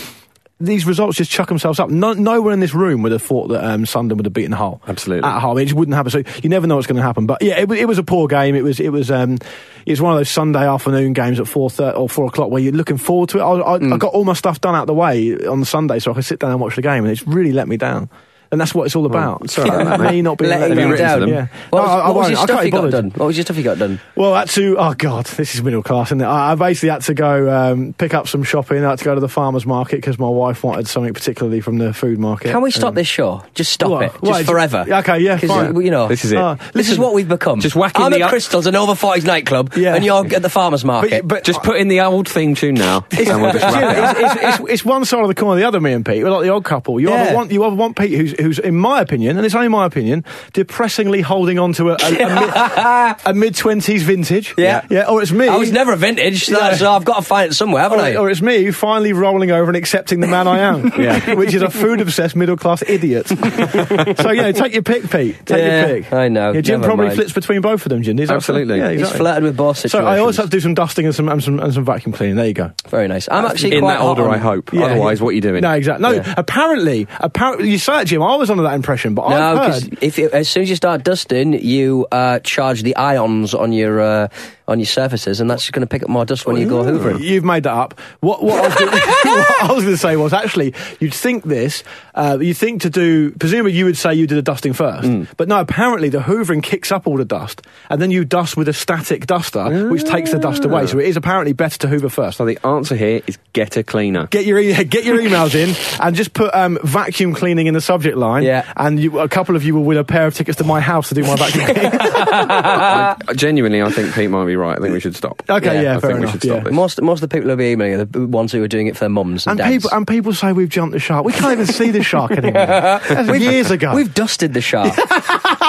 [SPEAKER 2] these results just chuck themselves up. No, nowhere in this room would have thought that um, Sunderland would have beaten Hull.
[SPEAKER 3] Absolutely.
[SPEAKER 2] At Hull, it just wouldn't happen. So you never know what's going to happen. But yeah, it, wa- it was a poor game. It was it was um, it was one of those Sunday afternoon games at four thirty or four o'clock where you're looking forward to it. I, I,
[SPEAKER 1] Mm.
[SPEAKER 2] I got all my stuff done out of the way on the Sunday, so I could sit down and watch the game, and it's really let me down. And that's what it's all about.
[SPEAKER 1] sorry about that,
[SPEAKER 2] [LAUGHS] me
[SPEAKER 1] mate.
[SPEAKER 2] not being
[SPEAKER 1] Letting
[SPEAKER 2] let
[SPEAKER 1] you
[SPEAKER 2] down.
[SPEAKER 1] down.
[SPEAKER 2] Yeah.
[SPEAKER 1] What
[SPEAKER 2] No,
[SPEAKER 1] was-
[SPEAKER 2] I- I
[SPEAKER 1] what was your
[SPEAKER 2] won't. I
[SPEAKER 1] stuff
[SPEAKER 2] can't
[SPEAKER 1] you
[SPEAKER 2] be
[SPEAKER 1] got
[SPEAKER 2] bothered.
[SPEAKER 1] done? What was your stuff you got done?
[SPEAKER 2] Well, I had to. Oh God, this is middle class, isn't it? I, I basically had to go um, pick up some shopping. I had to go to the farmers market because my wife wanted something particularly from the food market.
[SPEAKER 1] Can we stop
[SPEAKER 2] Um,
[SPEAKER 1] this show? Just stop
[SPEAKER 2] What?
[SPEAKER 1] it. Just
[SPEAKER 2] What, it's-
[SPEAKER 1] forever.
[SPEAKER 2] Okay, yeah,
[SPEAKER 1] 'Cause,
[SPEAKER 2] fine.
[SPEAKER 1] uh, You know,
[SPEAKER 3] This is it.
[SPEAKER 2] Ah,
[SPEAKER 1] this is
[SPEAKER 2] listen,
[SPEAKER 1] what we've become.
[SPEAKER 3] Just whacking
[SPEAKER 1] I'm
[SPEAKER 3] the
[SPEAKER 1] at
[SPEAKER 3] up-
[SPEAKER 1] Crystal's an over 40s nightclub,
[SPEAKER 2] Yeah.
[SPEAKER 1] and you're at the farmer's market.
[SPEAKER 2] but-
[SPEAKER 3] just put in the old theme
[SPEAKER 2] [LAUGHS]
[SPEAKER 3] tune now, and we'll just
[SPEAKER 2] Yeah,
[SPEAKER 3] wrap it up.
[SPEAKER 2] it's, it's, it's, it's one side of the corner, the other. Me and Pete, we're like the odd couple. You
[SPEAKER 1] Yeah.
[SPEAKER 2] either want you either want Pete, who's who's in my opinion, and it's only my opinion, depressingly holding on to a,
[SPEAKER 1] [LAUGHS]
[SPEAKER 2] a, mid twenties vintage.
[SPEAKER 1] Yeah.
[SPEAKER 2] yeah, or it's me.
[SPEAKER 1] I was never vintage, so,
[SPEAKER 2] Yeah. Oh,
[SPEAKER 1] so I've got to find it somewhere, haven't
[SPEAKER 2] or,
[SPEAKER 1] I?
[SPEAKER 2] or it's me finally rolling over and accepting the man I am,
[SPEAKER 1] [LAUGHS]
[SPEAKER 2] [LAUGHS]
[SPEAKER 3] Yeah.
[SPEAKER 2] which is a food obsessed middle class idiot. so you know, take your pick, Pete. Take
[SPEAKER 1] Yeah,
[SPEAKER 2] your pick.
[SPEAKER 1] I know.
[SPEAKER 2] Yeah, Jim
[SPEAKER 1] Never
[SPEAKER 2] probably
[SPEAKER 1] mind.
[SPEAKER 2] flips between both of them. Jim, He's
[SPEAKER 3] Absolutely.
[SPEAKER 2] Yeah,
[SPEAKER 1] He's
[SPEAKER 3] He's
[SPEAKER 2] exactly.
[SPEAKER 1] flirted with both
[SPEAKER 2] So
[SPEAKER 1] situations.
[SPEAKER 2] I also have to do some dusting and some and some, and some vacuum cleaning. There you go.
[SPEAKER 1] Very nice.
[SPEAKER 2] Uh,
[SPEAKER 1] I'm actually
[SPEAKER 3] in
[SPEAKER 1] quite
[SPEAKER 3] that
[SPEAKER 1] hot
[SPEAKER 3] order,
[SPEAKER 1] on-
[SPEAKER 3] I hope.
[SPEAKER 2] Yeah.
[SPEAKER 3] Otherwise, what are you doing?
[SPEAKER 2] No, exactly. No,
[SPEAKER 1] Yeah.
[SPEAKER 2] apparently, apparently, you say it, Jim. I was under that impression, but
[SPEAKER 1] No,
[SPEAKER 2] I've
[SPEAKER 1] because
[SPEAKER 2] heard.
[SPEAKER 1] if you, as soon as you start dusting, you uh, charge the ions on your uh, on your surfaces, and that's just going to pick up more dust when you go hoovering.
[SPEAKER 2] You've made that up. What, what, I, was gonna, [LAUGHS] what I was going to say was actually, you'd think this, uh, you'd think to do, presumably you would say you did a dusting first.
[SPEAKER 3] Hmm.
[SPEAKER 2] But no, apparently the hoovering kicks up all the dust, and then you dust with a static duster, which takes the dust
[SPEAKER 3] Ah.
[SPEAKER 2] away. So it is apparently better to hoover first.
[SPEAKER 3] So the answer here is get a cleaner.
[SPEAKER 2] Get your e- [LAUGHS] get your emails in and just put um, vacuum cleaning in the subject line.
[SPEAKER 1] Yeah.
[SPEAKER 2] And you, a couple of you will win a pair of tickets to my house to do my vacuum cleaning.
[SPEAKER 1] [LAUGHS]
[SPEAKER 2] [LAUGHS]
[SPEAKER 3] I, genuinely, I think Pete might be right. I think we should stop.
[SPEAKER 2] Okay, yeah,
[SPEAKER 3] I
[SPEAKER 2] fair
[SPEAKER 3] think we
[SPEAKER 2] enough,
[SPEAKER 3] should stop
[SPEAKER 2] yeah.
[SPEAKER 3] this.
[SPEAKER 1] Most most of the people who are emailing are the ones who are doing it for their mums and,
[SPEAKER 2] And
[SPEAKER 1] dads.
[SPEAKER 2] people, and people say we've jumped the shark. We can't even see the
[SPEAKER 1] [LAUGHS]
[SPEAKER 2] shark anymore. That's years ago.
[SPEAKER 1] We've dusted the
[SPEAKER 2] [LAUGHS]
[SPEAKER 1] shark.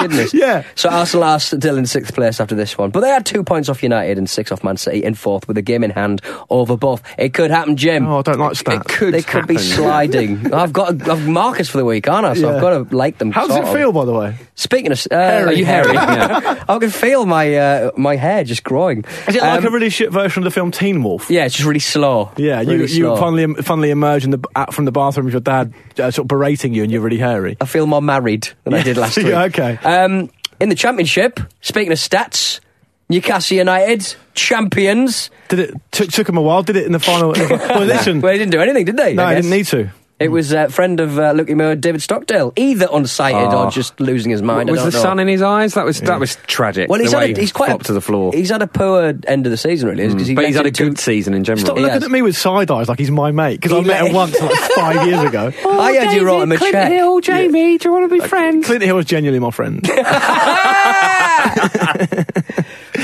[SPEAKER 1] Goodness.
[SPEAKER 2] Yeah.
[SPEAKER 1] So Arsenal are still in sixth place after this one. But they had two points off United and six off Man City in fourth with a game in hand over both. It could happen, Jim.
[SPEAKER 2] Oh, I don't like
[SPEAKER 1] It-
[SPEAKER 2] stats.
[SPEAKER 1] It could they could be
[SPEAKER 3] happen.
[SPEAKER 1] sliding. [LAUGHS] I've got a, I've markers for the week, aren't I? So
[SPEAKER 2] Yeah.
[SPEAKER 1] I've got to like them.
[SPEAKER 2] How does
[SPEAKER 1] sort
[SPEAKER 2] it
[SPEAKER 1] of.
[SPEAKER 2] feel, by the way?
[SPEAKER 1] Speaking of, uh, are you hairy? [LAUGHS] I can feel my uh, my hair just growing.
[SPEAKER 2] Is it like
[SPEAKER 1] Um,
[SPEAKER 2] a really shit version of the film Teen Wolf?
[SPEAKER 1] Yeah, it's just really slow.
[SPEAKER 2] Yeah, you,
[SPEAKER 1] really
[SPEAKER 2] you
[SPEAKER 1] slow.
[SPEAKER 2] funnily, funnily emerge in the, out from the bathroom with your dad uh, sort of berating you and you're really hairy.
[SPEAKER 1] I feel more married than I did last week.
[SPEAKER 2] [LAUGHS] Yeah, okay.
[SPEAKER 1] Um, in the championship, speaking of stats, Newcastle United champions.
[SPEAKER 2] Did it, took, took him a while, did it in the final?
[SPEAKER 1] [LAUGHS]
[SPEAKER 2] well, listen,
[SPEAKER 1] Well, they didn't do anything, did they?
[SPEAKER 2] no, I
[SPEAKER 1] guess?
[SPEAKER 2] didn't need to.
[SPEAKER 1] It was a friend of uh, Lucky Moore, David Stockdale, either unsighted or just losing his mind. I
[SPEAKER 3] Ah. was
[SPEAKER 1] don't
[SPEAKER 3] the
[SPEAKER 1] know.
[SPEAKER 3] sun in his eyes? That was that was tragic.
[SPEAKER 1] Well, he's,
[SPEAKER 3] the way
[SPEAKER 1] had a,
[SPEAKER 3] he
[SPEAKER 1] he's quite a,
[SPEAKER 3] flopped to the floor. Mm.
[SPEAKER 1] He's had a poor end of the season, really, because he
[SPEAKER 3] but he's
[SPEAKER 1] let
[SPEAKER 3] had a
[SPEAKER 1] in two-
[SPEAKER 3] good season in general.
[SPEAKER 2] Stop
[SPEAKER 1] He
[SPEAKER 2] looking
[SPEAKER 1] has.
[SPEAKER 2] at me with side eyes like he's my mate because I
[SPEAKER 1] He
[SPEAKER 2] met
[SPEAKER 1] let-
[SPEAKER 2] him once like five years
[SPEAKER 1] [LAUGHS]
[SPEAKER 2] ago.
[SPEAKER 1] I heard you wrote him a check.
[SPEAKER 3] Jamie, do you want to be friends?
[SPEAKER 2] Clint Hill was genuinely my
[SPEAKER 3] [LAUGHS]
[SPEAKER 2] friend.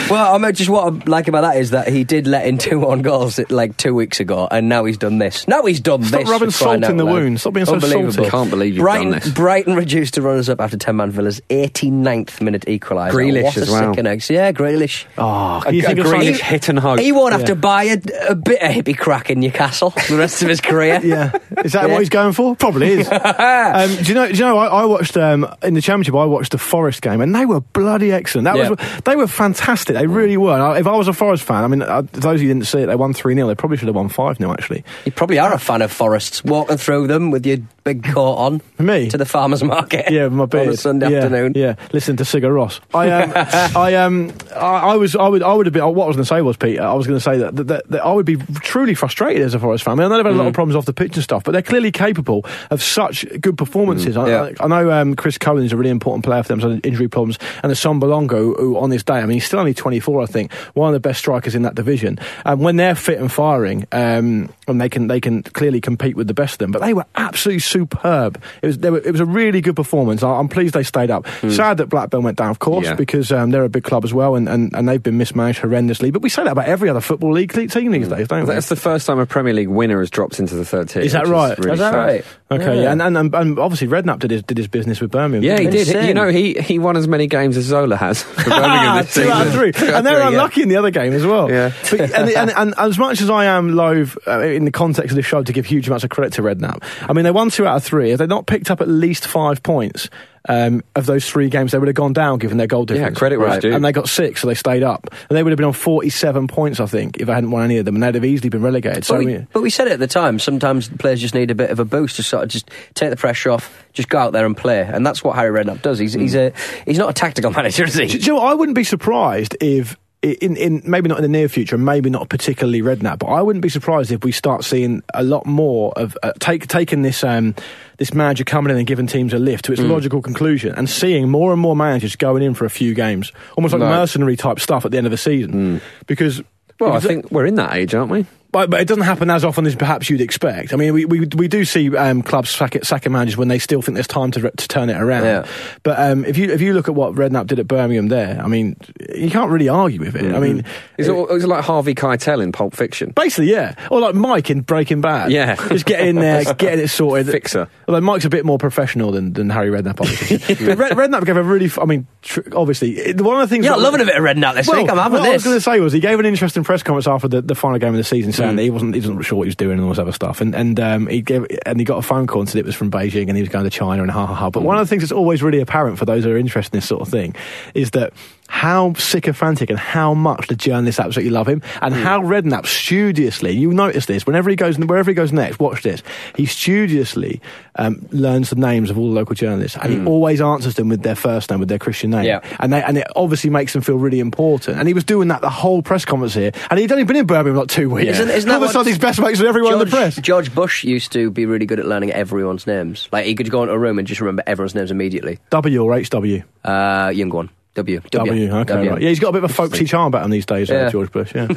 [SPEAKER 1] Well, I mean, just what I like about that is that he did let in [LAUGHS] two on goals like two weeks ago, and now he's done this. Now he's done
[SPEAKER 2] Stop
[SPEAKER 1] this.
[SPEAKER 2] rubbing
[SPEAKER 1] for crying
[SPEAKER 2] salt in
[SPEAKER 1] out
[SPEAKER 2] the
[SPEAKER 1] loud.
[SPEAKER 2] wound. Stop being so
[SPEAKER 1] Unbelievable.
[SPEAKER 2] salty.
[SPEAKER 3] Can't believe you've
[SPEAKER 1] Brighton,
[SPEAKER 3] done this.
[SPEAKER 1] Brighton reduced to runners up after 10 man Villa's 89th minute equaliser.
[SPEAKER 3] Grealish
[SPEAKER 1] what a
[SPEAKER 3] as well.
[SPEAKER 1] sick ex. Yeah, Grealish.
[SPEAKER 2] Oh,
[SPEAKER 3] A-
[SPEAKER 2] you
[SPEAKER 3] a
[SPEAKER 2] think of
[SPEAKER 3] green-
[SPEAKER 2] something-
[SPEAKER 3] Grealish hit and hope.
[SPEAKER 1] He won't have
[SPEAKER 2] Yeah.
[SPEAKER 1] to buy a, a bit of hippie crack in Newcastle [LAUGHS] for the rest of his career.
[SPEAKER 2] Yeah, is that
[SPEAKER 1] Yeah.
[SPEAKER 2] what he's going for? Probably
[SPEAKER 1] [LAUGHS]
[SPEAKER 2] is. um, do you know? Do you know? I, I watched um, in the championship. I watched the Forest game, and they were bloody excellent. That was
[SPEAKER 1] Yeah.
[SPEAKER 2] they were fantastic. They really were. And I, if I was a Forest fan, I mean, uh, those of you who didn't see it, they won three 0 They probably should have won five 0 actually.
[SPEAKER 1] You probably are a fan of forests, walking through them with your big coat on.
[SPEAKER 2] Me?
[SPEAKER 1] To the farmer's market.
[SPEAKER 2] Yeah, with my
[SPEAKER 1] [LAUGHS]
[SPEAKER 2] beard.
[SPEAKER 1] On a Sunday
[SPEAKER 2] yeah,
[SPEAKER 1] afternoon.
[SPEAKER 2] Yeah, listen to
[SPEAKER 1] [LAUGHS]
[SPEAKER 2] Sigur Ross. I, um, I, um, I, I was, I would, I would have been. What I was going to say was, Peter, I was going to say that, that, that, that I would be truly frustrated as a Forest fan. I, mean, I know they've had a lot
[SPEAKER 1] Mm.
[SPEAKER 2] of problems off the pitch and stuff, but they're clearly capable of such good performances. I,
[SPEAKER 1] Mm. yeah.
[SPEAKER 2] I, I know um, Chris Cullen is a really important player for them. Some injury problems, and the Son Belongo, who, who on this day, I mean, he's still only 24, I think, one of the best strikers in that division. And when they're fit and firing, um, and they can they can clearly compete with the best of them. But they were absolutely superb. It was they were, it was a really good performance. I, I'm pleased they stayed up. Sad that Blackburn went down, of course,
[SPEAKER 3] Hmm. Yeah.
[SPEAKER 2] because um, they're a big club as well, and, and, and they've been mismanaged horrendously. But we say that about every other football league te- team these days, don't we?
[SPEAKER 3] Hmm. That's the first time a Premier League winner has dropped into the third tier.
[SPEAKER 2] Is that
[SPEAKER 3] which
[SPEAKER 2] right?
[SPEAKER 3] really
[SPEAKER 2] Is that
[SPEAKER 3] sad. Uh,
[SPEAKER 1] right?
[SPEAKER 2] Okay,
[SPEAKER 1] Yeah.
[SPEAKER 2] yeah. And, and and and obviously Redknapp did his did his business with Birmingham.
[SPEAKER 3] Yeah, he
[SPEAKER 2] didn't
[SPEAKER 3] did.
[SPEAKER 1] Insane.
[SPEAKER 3] You know, he, he won as many games as Zola has [LAUGHS] for Birmingham
[SPEAKER 2] [LAUGHS]
[SPEAKER 3] this
[SPEAKER 2] Two out
[SPEAKER 3] season.
[SPEAKER 2] of three.
[SPEAKER 3] Two out
[SPEAKER 2] And they're
[SPEAKER 3] three, yeah.
[SPEAKER 2] unlucky in the other game as well.
[SPEAKER 3] Yeah.
[SPEAKER 2] But, and, and, and as much as I am loath, uh, in the context of the show, to give huge amounts of credit to Redknapp, I mean, they won 2 two out of three. If they'd not picked up at least five points um, of those three games, they would have gone down given their goal difference.
[SPEAKER 3] credit where it's due.
[SPEAKER 2] And they got six, so they stayed up. And they would have been on 47 points, I think, if I hadn't won any of them. And they'd have easily been relegated. So,
[SPEAKER 1] but,
[SPEAKER 2] I
[SPEAKER 1] we,
[SPEAKER 2] mean,
[SPEAKER 1] but we said it at the time. Sometimes the players just need a bit of a boost to sort of just take the pressure off, just go out there and play, and that's what Harry Redknapp does. He's he's a he's not a tactical [LAUGHS] manager, is
[SPEAKER 2] Do
[SPEAKER 1] he?
[SPEAKER 2] you know what? I wouldn't be surprised if. In, in maybe not in the near future, and maybe not particularly Redknapp, but I wouldn't be surprised if we start seeing a lot more of uh, take taking this um, this manager coming in and giving teams a lift to its
[SPEAKER 3] Mm.
[SPEAKER 2] logical conclusion, and seeing more and more managers going in for a few games, almost like
[SPEAKER 3] No.
[SPEAKER 2] mercenary type stuff at the end of a season, because.
[SPEAKER 3] Mm. Well, I
[SPEAKER 2] because-
[SPEAKER 3] think we're in that age, aren't we?
[SPEAKER 2] but, but it doesn't happen as often as perhaps you'd expect. I mean, we, we, we do see um, clubs sack- sacking managers when they still think there's time to, re- to turn it around.
[SPEAKER 1] Yeah.
[SPEAKER 2] But um, if you if you look at what Redknapp did at Birmingham, there, I mean, you can't really argue with it. I mean,
[SPEAKER 3] It's,
[SPEAKER 2] it-
[SPEAKER 3] all, it's like Harvey Keitel in Pulp Fiction.
[SPEAKER 2] basically, yeah, or like Mike in Breaking Bad.
[SPEAKER 3] Yeah.
[SPEAKER 2] just get in there, getting it sorted.
[SPEAKER 3] Fixer.
[SPEAKER 2] Although Mike's a bit more professional than, than Harry Redknapp, obviously. But Red, Redknapp gave a really, f- I mean, tr- obviously, it- one of the things.
[SPEAKER 1] Yeah,
[SPEAKER 2] that-
[SPEAKER 1] I'm loving a bit of Redknapp this week. I'm having
[SPEAKER 2] what I
[SPEAKER 1] this.
[SPEAKER 2] was going to say was he gave an interesting press conference after the, the final game of the season,
[SPEAKER 1] Mm.
[SPEAKER 2] saying that he wasn't he wasn't sure what he was doing and all this other stuff. And and um, he gave and he got a phone call and said it was from Beijing and he was going to China and ha ha ha. But one of the things that's always really apparent for those who are interested in this sort of thing is that how sycophantic and how much the journalists absolutely love him and
[SPEAKER 1] Mm.
[SPEAKER 2] how Redknapp studiously you notice this whenever he goes wherever he goes next watch this he studiously um, learns the names of all the local journalists and he always answers them with their first name with their Christian name
[SPEAKER 1] Mm. Yeah.
[SPEAKER 2] and they, and it obviously makes them feel really important. And he was doing that the whole press conference here, and he'd only been in Birmingham like two weeks.
[SPEAKER 1] Isn't- isn't that
[SPEAKER 2] All of a
[SPEAKER 1] what-
[SPEAKER 2] sudden, he's best mates with everyone
[SPEAKER 1] George,
[SPEAKER 2] in the press.
[SPEAKER 1] George Bush used to be really good at learning everyone's names. Like he could go into a room and just remember everyone's names immediately.
[SPEAKER 2] W or HW?
[SPEAKER 1] Uh, young one, W
[SPEAKER 2] W. Okay, right. Yeah, he's got a bit of a folksy charm about him these days, uh,
[SPEAKER 1] Yeah.
[SPEAKER 2] George Bush. Yeah.
[SPEAKER 1] [LAUGHS] so
[SPEAKER 2] [LAUGHS]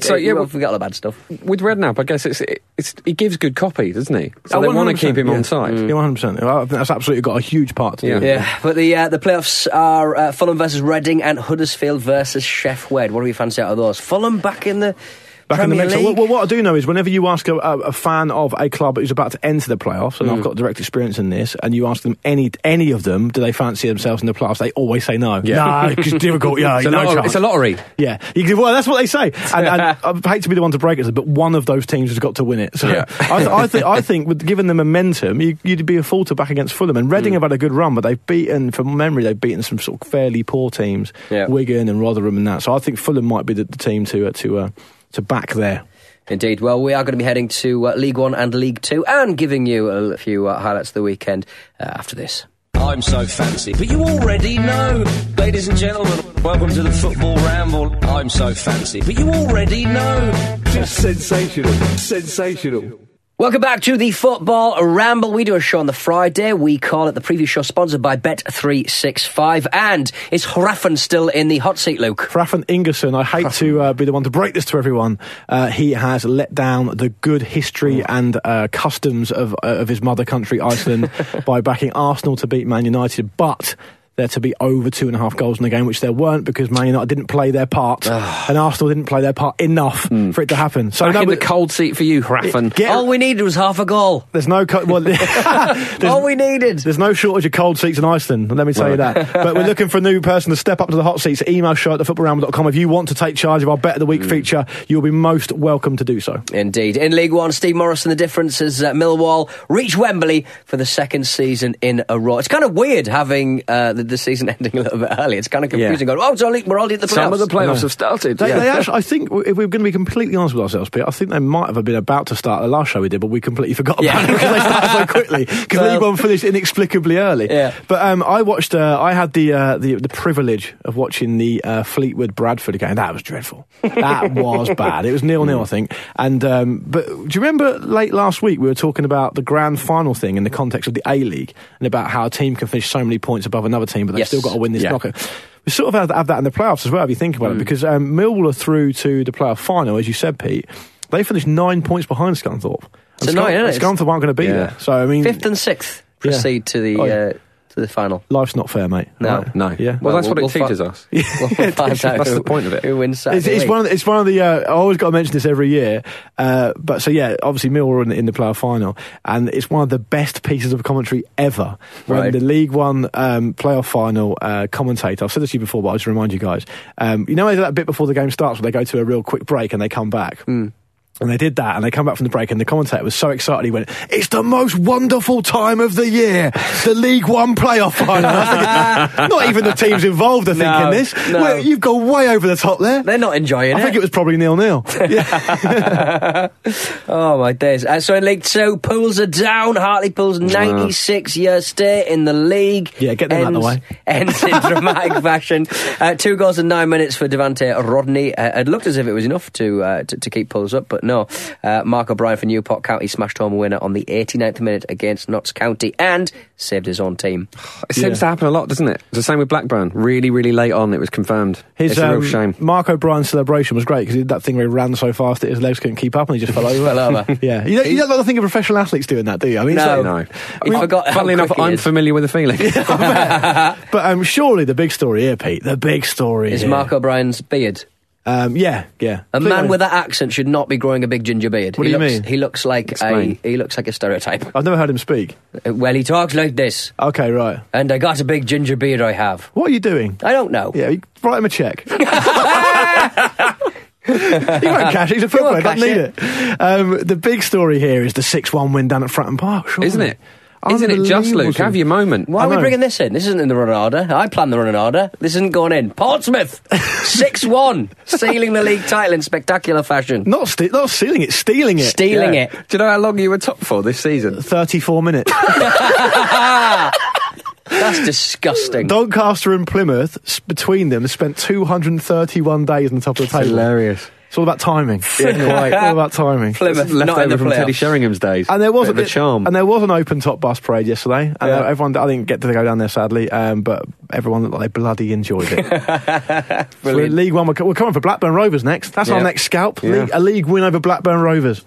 [SPEAKER 3] So,
[SPEAKER 1] yeah, we
[SPEAKER 3] yeah, well-
[SPEAKER 1] forget all the bad stuff.
[SPEAKER 3] With Redknapp, I guess it's, it, it's he gives good copy, doesn't he? So they want to keep him on side.
[SPEAKER 2] Yeah, one hundred percent. That's absolutely got a huge part to do.
[SPEAKER 3] Yeah.
[SPEAKER 2] with it.
[SPEAKER 1] Yeah, but the uh, the playoffs are uh, Fulham versus Reading and Huddersfield versus Chef Wed. What do we fancy out of those? Fulham back in the
[SPEAKER 2] Back in the
[SPEAKER 1] Premier
[SPEAKER 2] mix.
[SPEAKER 1] League.
[SPEAKER 2] Well, well, what I do know is whenever you ask a, a, a fan of a club who's about to enter the playoffs, and I've got direct experience in this, and you ask them any any of them, do they fancy themselves in the playoffs? They always say no.
[SPEAKER 3] Yeah.
[SPEAKER 2] No, it's difficult. Yeah,
[SPEAKER 3] [LAUGHS] It's, a
[SPEAKER 2] Uh, no
[SPEAKER 3] lottery-
[SPEAKER 2] chance.
[SPEAKER 3] it's a lottery.
[SPEAKER 2] Yeah, You can- well, that's what they say. And, and I hate to be the one to break it, but one of those teams has got to win it. So
[SPEAKER 3] Yeah.
[SPEAKER 2] I, th- I, th- I think, with, given the momentum, you, you'd be a fool to back against Fulham. And Reading have had a good run, but they've beaten, from memory, they've beaten some sort of fairly poor teams,
[SPEAKER 1] Yeah.
[SPEAKER 2] Wigan and Rotherham and that. So I think Fulham might be the, the team to uh, to uh, to back there.
[SPEAKER 1] Indeed. Well, we are going to be heading to uh, League One and League Two, and giving you a few uh, highlights of the weekend uh, after this.
[SPEAKER 4] I'm so fancy, but you already know. Ladies and gentlemen, welcome to the football ramble. I'm so fancy, but you already know. Just sensational, sensational.
[SPEAKER 1] Welcome back to the Football Ramble. We do a show on the Friday. We call it the preview show, sponsored by Bet365. And is Hraffen still in the hot seat, Luke?
[SPEAKER 2] Raffan Ingerson, I hate to uh, be the one to break this to everyone. Uh, he has let down the good
[SPEAKER 3] Oh.
[SPEAKER 2] history and uh, customs of, of his mother country,
[SPEAKER 3] [LAUGHS]
[SPEAKER 2] Iceland, by backing Arsenal to beat Man United. But there to be over two and a half goals in the game, which there weren't because Man United didn't play their
[SPEAKER 3] [SIGHS]
[SPEAKER 2] part and Arsenal didn't play their part enough for it to happen. So
[SPEAKER 3] Hmm. Back
[SPEAKER 2] no,
[SPEAKER 3] in the
[SPEAKER 2] but-
[SPEAKER 3] cold seat for you, Hraffen.
[SPEAKER 2] Get-
[SPEAKER 1] All we needed was half a goal.
[SPEAKER 2] there's no co- well, [LAUGHS] there's-
[SPEAKER 1] All we needed.
[SPEAKER 2] There's no shortage of cold seats in Iceland, let me tell you that. But we're looking for a new person to step up to the hot seats. Email show at thefootballramble.com. If you want to take charge of our Bet of the
[SPEAKER 1] Mm.
[SPEAKER 2] Week feature, you'll be most welcome to do so.
[SPEAKER 1] Indeed. In League One, Steve Morrison, the difference is uh, Millwall reach Wembley for the second season in a row. It's kind of weird having uh, the, the season [LAUGHS] ending a little bit early. It's kind of confusing. Going, oh, it's only, we're already at the playoffs.
[SPEAKER 3] Some of the playoffs have started.
[SPEAKER 2] They,
[SPEAKER 3] yeah.
[SPEAKER 2] they actually, I think, w- if we're going to be completely honest with ourselves, Pete, I think they might have been about to start the last show we did, but we completely forgot about
[SPEAKER 1] Yeah.
[SPEAKER 2] it because they started so quickly. Because
[SPEAKER 1] Well-
[SPEAKER 2] League One finished inexplicably early.
[SPEAKER 1] Yeah.
[SPEAKER 2] But um, I watched. Uh, I had the, uh, the the privilege of watching the uh, Fleetwood Bradford game. That was dreadful. That was bad. It was nil nil, I think. And um, but do you remember late last week we were talking about the grand final thing in the context of the A League and about how a team can finish so many points above another team, but they've
[SPEAKER 1] Yes.
[SPEAKER 2] still got to win this
[SPEAKER 3] Yeah.
[SPEAKER 2] knockout. We sort of have, have that in the playoffs as well, if you think
[SPEAKER 1] Mm.
[SPEAKER 2] about it, because um, Millwall are through to the playoff final, as you said, Pete. They finished nine points behind Scunthorpe.
[SPEAKER 1] It's
[SPEAKER 2] And
[SPEAKER 1] annoying,
[SPEAKER 2] Scun-
[SPEAKER 1] isn't it?
[SPEAKER 2] Scunthorpe aren't going to be
[SPEAKER 3] Yeah.
[SPEAKER 2] there. So, I mean,
[SPEAKER 1] Fifth and sixth proceed to the
[SPEAKER 2] Oh, yeah.
[SPEAKER 1] uh, to the final.
[SPEAKER 2] life's not fair, mate.
[SPEAKER 1] No.
[SPEAKER 2] Right?
[SPEAKER 3] No.
[SPEAKER 2] Yeah.
[SPEAKER 3] Well, that's what
[SPEAKER 1] we'll
[SPEAKER 3] it teaches
[SPEAKER 1] fi-
[SPEAKER 2] [LAUGHS]
[SPEAKER 3] us.
[SPEAKER 1] We'll find out
[SPEAKER 3] That's
[SPEAKER 1] who-
[SPEAKER 3] the point of it.
[SPEAKER 1] Who wins Saturday?
[SPEAKER 2] It's, it's
[SPEAKER 1] week.
[SPEAKER 2] one of the, it's one of the. Uh, I always got to mention this every year, uh, but so yeah, obviously Mill were in, in the playoff final, and it's one of the best pieces of commentary ever. When
[SPEAKER 1] Right.
[SPEAKER 2] the League One um, playoff final uh, commentator, I've said this to you before, but
[SPEAKER 1] Hmm.
[SPEAKER 2] I'll just remind you guys. Um, you know that bit before the game starts, where they go to a real quick break and they come back. And they did that, and they come back from the break, and the commentator was so excited. He went, "It's the most wonderful time of the year, the League One playoff final." [LAUGHS] I was thinking, not even the teams involved are
[SPEAKER 1] No,
[SPEAKER 2] thinking this.
[SPEAKER 1] no.
[SPEAKER 2] Well, you've gone way over the top there.
[SPEAKER 1] They're not enjoying
[SPEAKER 2] I
[SPEAKER 1] it.
[SPEAKER 2] think it was probably
[SPEAKER 1] [LAUGHS]
[SPEAKER 2] nil nil.
[SPEAKER 1] oh my days! Uh, so in League Two, Pools are down. Hartlepool's ninety-six-year stay in the league.
[SPEAKER 2] Yeah, get them out
[SPEAKER 1] ends,
[SPEAKER 2] the way.
[SPEAKER 1] [LAUGHS] Ends in
[SPEAKER 2] [LAUGHS]
[SPEAKER 1] dramatic fashion. Uh, two goals in nine minutes for Devante Rodney. Uh, it looked as if it was enough to uh, to, to keep Pools up, but no. Uh, Mark O'Brien for Newport County smashed home a winner on the 89th minute against Notts County and saved his own
[SPEAKER 2] [SIGHS]
[SPEAKER 1] team.
[SPEAKER 3] It seems to happen a lot, doesn't it? It's the same with Blackburn. Really, really late on, it was confirmed.
[SPEAKER 2] His
[SPEAKER 3] it's a real
[SPEAKER 2] um,
[SPEAKER 3] shame.
[SPEAKER 2] Mark O'Brien's celebration was great because he did that thing where he ran so fast that his legs couldn't keep up and he just fell over.
[SPEAKER 1] [LAUGHS] Fell over.
[SPEAKER 2] [LAUGHS] yeah, you don't, you don't like to think of professional athletes doing that, do you? I mean, it's
[SPEAKER 1] No.
[SPEAKER 2] like-
[SPEAKER 3] No.
[SPEAKER 1] I
[SPEAKER 3] I'm-
[SPEAKER 1] forgot how
[SPEAKER 3] Funnily enough,
[SPEAKER 1] quick he
[SPEAKER 3] I'm
[SPEAKER 1] is.
[SPEAKER 3] familiar with the [LAUGHS] feeling.
[SPEAKER 2] but um, surely the big story here, Pete. The big story
[SPEAKER 1] Is
[SPEAKER 2] here.
[SPEAKER 1] Mark O'Brien's beard.
[SPEAKER 2] Um, yeah, yeah.
[SPEAKER 1] A man
[SPEAKER 2] Completely.
[SPEAKER 1] with that accent should not be growing a big ginger beard.
[SPEAKER 2] What
[SPEAKER 1] he
[SPEAKER 2] do you
[SPEAKER 1] looks,
[SPEAKER 2] mean?
[SPEAKER 1] He looks like
[SPEAKER 3] Explain.
[SPEAKER 1] a he looks like a stereotype.
[SPEAKER 2] I've never heard him speak.
[SPEAKER 1] Uh, Well, he talks like this,
[SPEAKER 2] Okay, right.
[SPEAKER 1] and I got a big ginger beard I have.
[SPEAKER 2] What are you doing?
[SPEAKER 1] I don't know.
[SPEAKER 2] Yeah, you- write him a
[SPEAKER 3] [LAUGHS]
[SPEAKER 2] check. [LAUGHS] he won't cash it. He's a footballer.
[SPEAKER 1] won't
[SPEAKER 2] He doesn't
[SPEAKER 1] cash
[SPEAKER 2] need it. Um, the big story here is the 6 1 win down at Fratton Park, surely.
[SPEAKER 3] Isn't it? Isn't it just, Luke?
[SPEAKER 2] Unbelievable.
[SPEAKER 3] Have your moment.
[SPEAKER 1] Why are we
[SPEAKER 2] know.
[SPEAKER 1] bringing this in? This isn't in the running order. I planned the running order. This isn't going in. Portsmouth, 6 1, sealing the league title in spectacular fashion.
[SPEAKER 2] Not, ste- not stealing it, stealing it.
[SPEAKER 1] Stealing
[SPEAKER 3] Yeah.
[SPEAKER 1] it.
[SPEAKER 3] Do you know how long you were top for this season?
[SPEAKER 2] 34
[SPEAKER 3] [LAUGHS]
[SPEAKER 2] minutes.
[SPEAKER 1] That's disgusting.
[SPEAKER 2] Doncaster and Plymouth, s- between them, spent 231 days on the top of the table.
[SPEAKER 3] hilarious.
[SPEAKER 2] It's all about
[SPEAKER 3] [LAUGHS]
[SPEAKER 2] timing. It's all about timing.
[SPEAKER 1] Plymouth,
[SPEAKER 3] Left
[SPEAKER 1] not in
[SPEAKER 3] over
[SPEAKER 1] the
[SPEAKER 3] from
[SPEAKER 1] playoffs.
[SPEAKER 3] Teddy Sheringham's days.
[SPEAKER 2] And there was
[SPEAKER 3] Bit
[SPEAKER 2] a
[SPEAKER 3] of a
[SPEAKER 2] bit-
[SPEAKER 3] charm.
[SPEAKER 2] And there was an open top bus parade yesterday. And
[SPEAKER 3] Yeah.
[SPEAKER 2] uh, everyone, I didn't get to go down there sadly, um, but everyone looked like they bloody enjoyed
[SPEAKER 3] [LAUGHS]
[SPEAKER 2] it. so in League One, we're, co- we're coming for Blackburn Rovers next. That's
[SPEAKER 3] Yeah.
[SPEAKER 2] our next scalp.
[SPEAKER 3] Yeah.
[SPEAKER 2] League, a league win over Blackburn Rovers.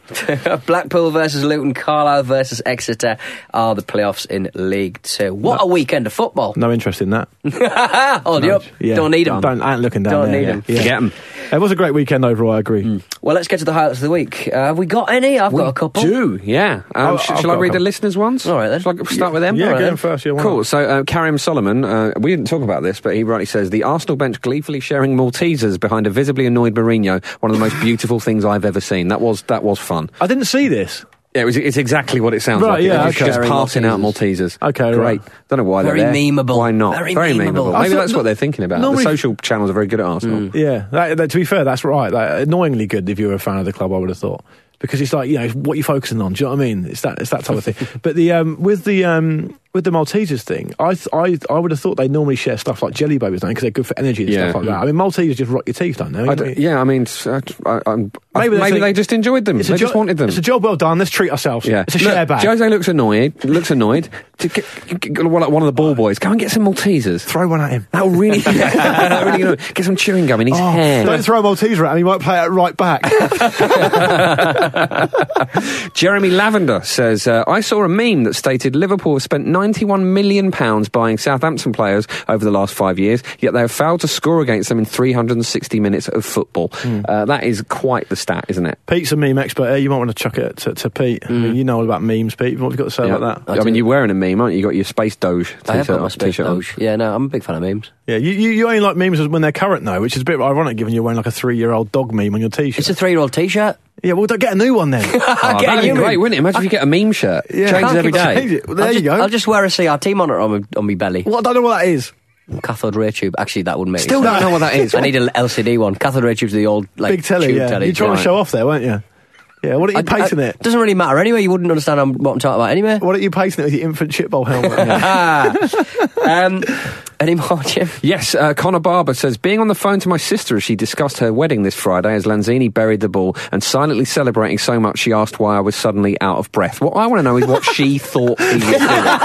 [SPEAKER 1] Blackpool versus Luton, Carlisle versus Exeter are the playoffs in League Two. What a weekend of football!
[SPEAKER 2] No interest in that.
[SPEAKER 1] [LAUGHS] Hold you up.
[SPEAKER 2] Yeah.
[SPEAKER 1] Don't need them.
[SPEAKER 2] Don't I ain't looking down
[SPEAKER 1] Don't
[SPEAKER 2] there.
[SPEAKER 1] need
[SPEAKER 2] yeah.
[SPEAKER 1] 'em.
[SPEAKER 2] Yeah.
[SPEAKER 3] Forget 'em. Hmm.
[SPEAKER 2] It was a great weekend overall. I agree.
[SPEAKER 1] Well, let's get to the highlights of the week. Uh, have we got any? I've got a couple.
[SPEAKER 3] Do, yeah. Um,
[SPEAKER 2] Oh,
[SPEAKER 3] sh-
[SPEAKER 2] I've
[SPEAKER 3] shall I
[SPEAKER 2] got a
[SPEAKER 3] read the
[SPEAKER 2] couple.
[SPEAKER 3] listeners' ones?
[SPEAKER 1] All right, then.
[SPEAKER 3] Shall I start with them?
[SPEAKER 2] Yeah,
[SPEAKER 3] All right,
[SPEAKER 2] go
[SPEAKER 3] then.
[SPEAKER 2] on first, yeah, why
[SPEAKER 3] cool.
[SPEAKER 2] not?
[SPEAKER 3] So, uh, Karim Solomon, uh, we didn't talk about this, but he rightly says the Arsenal bench gleefully sharing Maltesers behind a visibly annoyed Mourinho. One of the most beautiful things I've ever seen. That was that was fun.
[SPEAKER 2] I didn't see this.
[SPEAKER 3] Yeah, it was, it's exactly what it sounds
[SPEAKER 2] Right,
[SPEAKER 3] like.
[SPEAKER 2] yeah,
[SPEAKER 3] It's
[SPEAKER 2] okay.
[SPEAKER 3] just passing out Maltesers.
[SPEAKER 2] Okay,
[SPEAKER 3] great.
[SPEAKER 2] right.
[SPEAKER 3] Don't know why
[SPEAKER 1] Very
[SPEAKER 3] they're there.
[SPEAKER 1] memeable.
[SPEAKER 3] Why not?
[SPEAKER 1] Very memeable.
[SPEAKER 3] memeable.
[SPEAKER 1] I
[SPEAKER 3] Maybe
[SPEAKER 2] thought Hmm.
[SPEAKER 3] that's
[SPEAKER 2] no-
[SPEAKER 3] what they're thinking about.
[SPEAKER 2] normally-
[SPEAKER 3] the social channels are very good at Arsenal.
[SPEAKER 2] Yeah, that, that, to be fair, that's right. Like, annoyingly good if you were a fan of the club, I would have thought, because it's like you know it's what you're focusing on. Do you know what I mean? It's that it's that type of
[SPEAKER 3] [LAUGHS]
[SPEAKER 2] thing. But the um, with the um, with the Maltesers thing, I th- I I would have thought they normally share stuff like jelly babies, don't because they're good for energy and
[SPEAKER 3] Yeah.
[SPEAKER 2] stuff like that. I mean, Maltesers just rot your teeth, don't they?
[SPEAKER 3] I d- yeah, I mean, s- I, I, I'm- I-
[SPEAKER 2] Maybe
[SPEAKER 3] maybe,
[SPEAKER 2] they think-
[SPEAKER 3] they just enjoyed them. They
[SPEAKER 2] It's a
[SPEAKER 3] just
[SPEAKER 2] jo-
[SPEAKER 3] wanted them.
[SPEAKER 2] It's a job well done. Let's treat ourselves.
[SPEAKER 3] Yeah,
[SPEAKER 2] it's a
[SPEAKER 3] Look,
[SPEAKER 2] share bag.
[SPEAKER 3] Jose looks annoyed. Looks annoyed. To get, get- get one one of the ball
[SPEAKER 2] Oh.
[SPEAKER 3] boys, go and get some Maltesers.
[SPEAKER 2] Throw one at him.
[SPEAKER 3] That'll really, [LAUGHS] that'll really annoy. get some chewing gum in his
[SPEAKER 2] Oh,
[SPEAKER 3] hair.
[SPEAKER 2] Don't throw a Malteser at him. He might play it right back.
[SPEAKER 3] [LAUGHS] Jeremy Lavender says, uh, I saw a meme that stated Liverpool have spent £91 million pounds buying Southampton players over the last five years, yet they have failed to score against them in 360 minutes of football.
[SPEAKER 2] Hmm.
[SPEAKER 3] Uh, that is quite the stat, isn't it?
[SPEAKER 2] Pete's a meme expert. here. You might want to chuck it to, to Pete. I mean, you know all about memes, Pete. What have you got to say
[SPEAKER 3] Mm. Yeah.
[SPEAKER 2] about that?
[SPEAKER 3] I, mean, you're wearing a meme, aren't you? You got your Space Doge t-shirt,
[SPEAKER 1] I have got my space
[SPEAKER 3] t-shirt on.
[SPEAKER 1] doge. Yeah, no, I'm a big fan of memes.
[SPEAKER 2] Yeah, you, you, you only like memes when they're current, though, which is a bit ironic given you're wearing like a three year old dog meme on your t
[SPEAKER 1] It's
[SPEAKER 2] shirt.
[SPEAKER 1] a three-year-old T-shirt.
[SPEAKER 2] yeah, well, don't get a new one then.
[SPEAKER 3] Oh,
[SPEAKER 1] Again,
[SPEAKER 3] that'd be
[SPEAKER 1] you mean-
[SPEAKER 3] great, wouldn't it? Imagine if you get a meme shirt.
[SPEAKER 2] Yeah.
[SPEAKER 3] Changes every day.
[SPEAKER 2] Change it. Well, there
[SPEAKER 1] I'll
[SPEAKER 2] you
[SPEAKER 1] just,
[SPEAKER 2] go.
[SPEAKER 1] I'll just wear a CRT monitor on my, on my belly.
[SPEAKER 2] Well, I don't know what that is.
[SPEAKER 1] Cathode ray tube. Actually, that wouldn't make
[SPEAKER 2] Still
[SPEAKER 1] sense.
[SPEAKER 2] don't know what that is.
[SPEAKER 1] I need an LCD one. Cathode ray tube's the old like
[SPEAKER 2] Big telly,
[SPEAKER 1] tube
[SPEAKER 2] yeah.
[SPEAKER 1] telly.
[SPEAKER 2] You're trying
[SPEAKER 1] Right.
[SPEAKER 2] to show off there, weren't you? Yeah, what are you
[SPEAKER 1] I- I-
[SPEAKER 2] painting it?
[SPEAKER 1] Doesn't really matter anyway. You wouldn't understand I'm- what I'm talking about anyway.
[SPEAKER 2] What are you painting it with your infant chip bowl helmet? [LAUGHS]
[SPEAKER 1] um, any more,
[SPEAKER 2] [LAUGHS]
[SPEAKER 1] Jim?
[SPEAKER 3] Yes, uh, Connor Barber says, being on the phone to my sister as she discussed her wedding this Friday as Lanzini buried the ball and silently celebrating so much she asked why I was suddenly out of breath. What I want to know is what she thought he was doing. [LAUGHS]
[SPEAKER 2] yeah,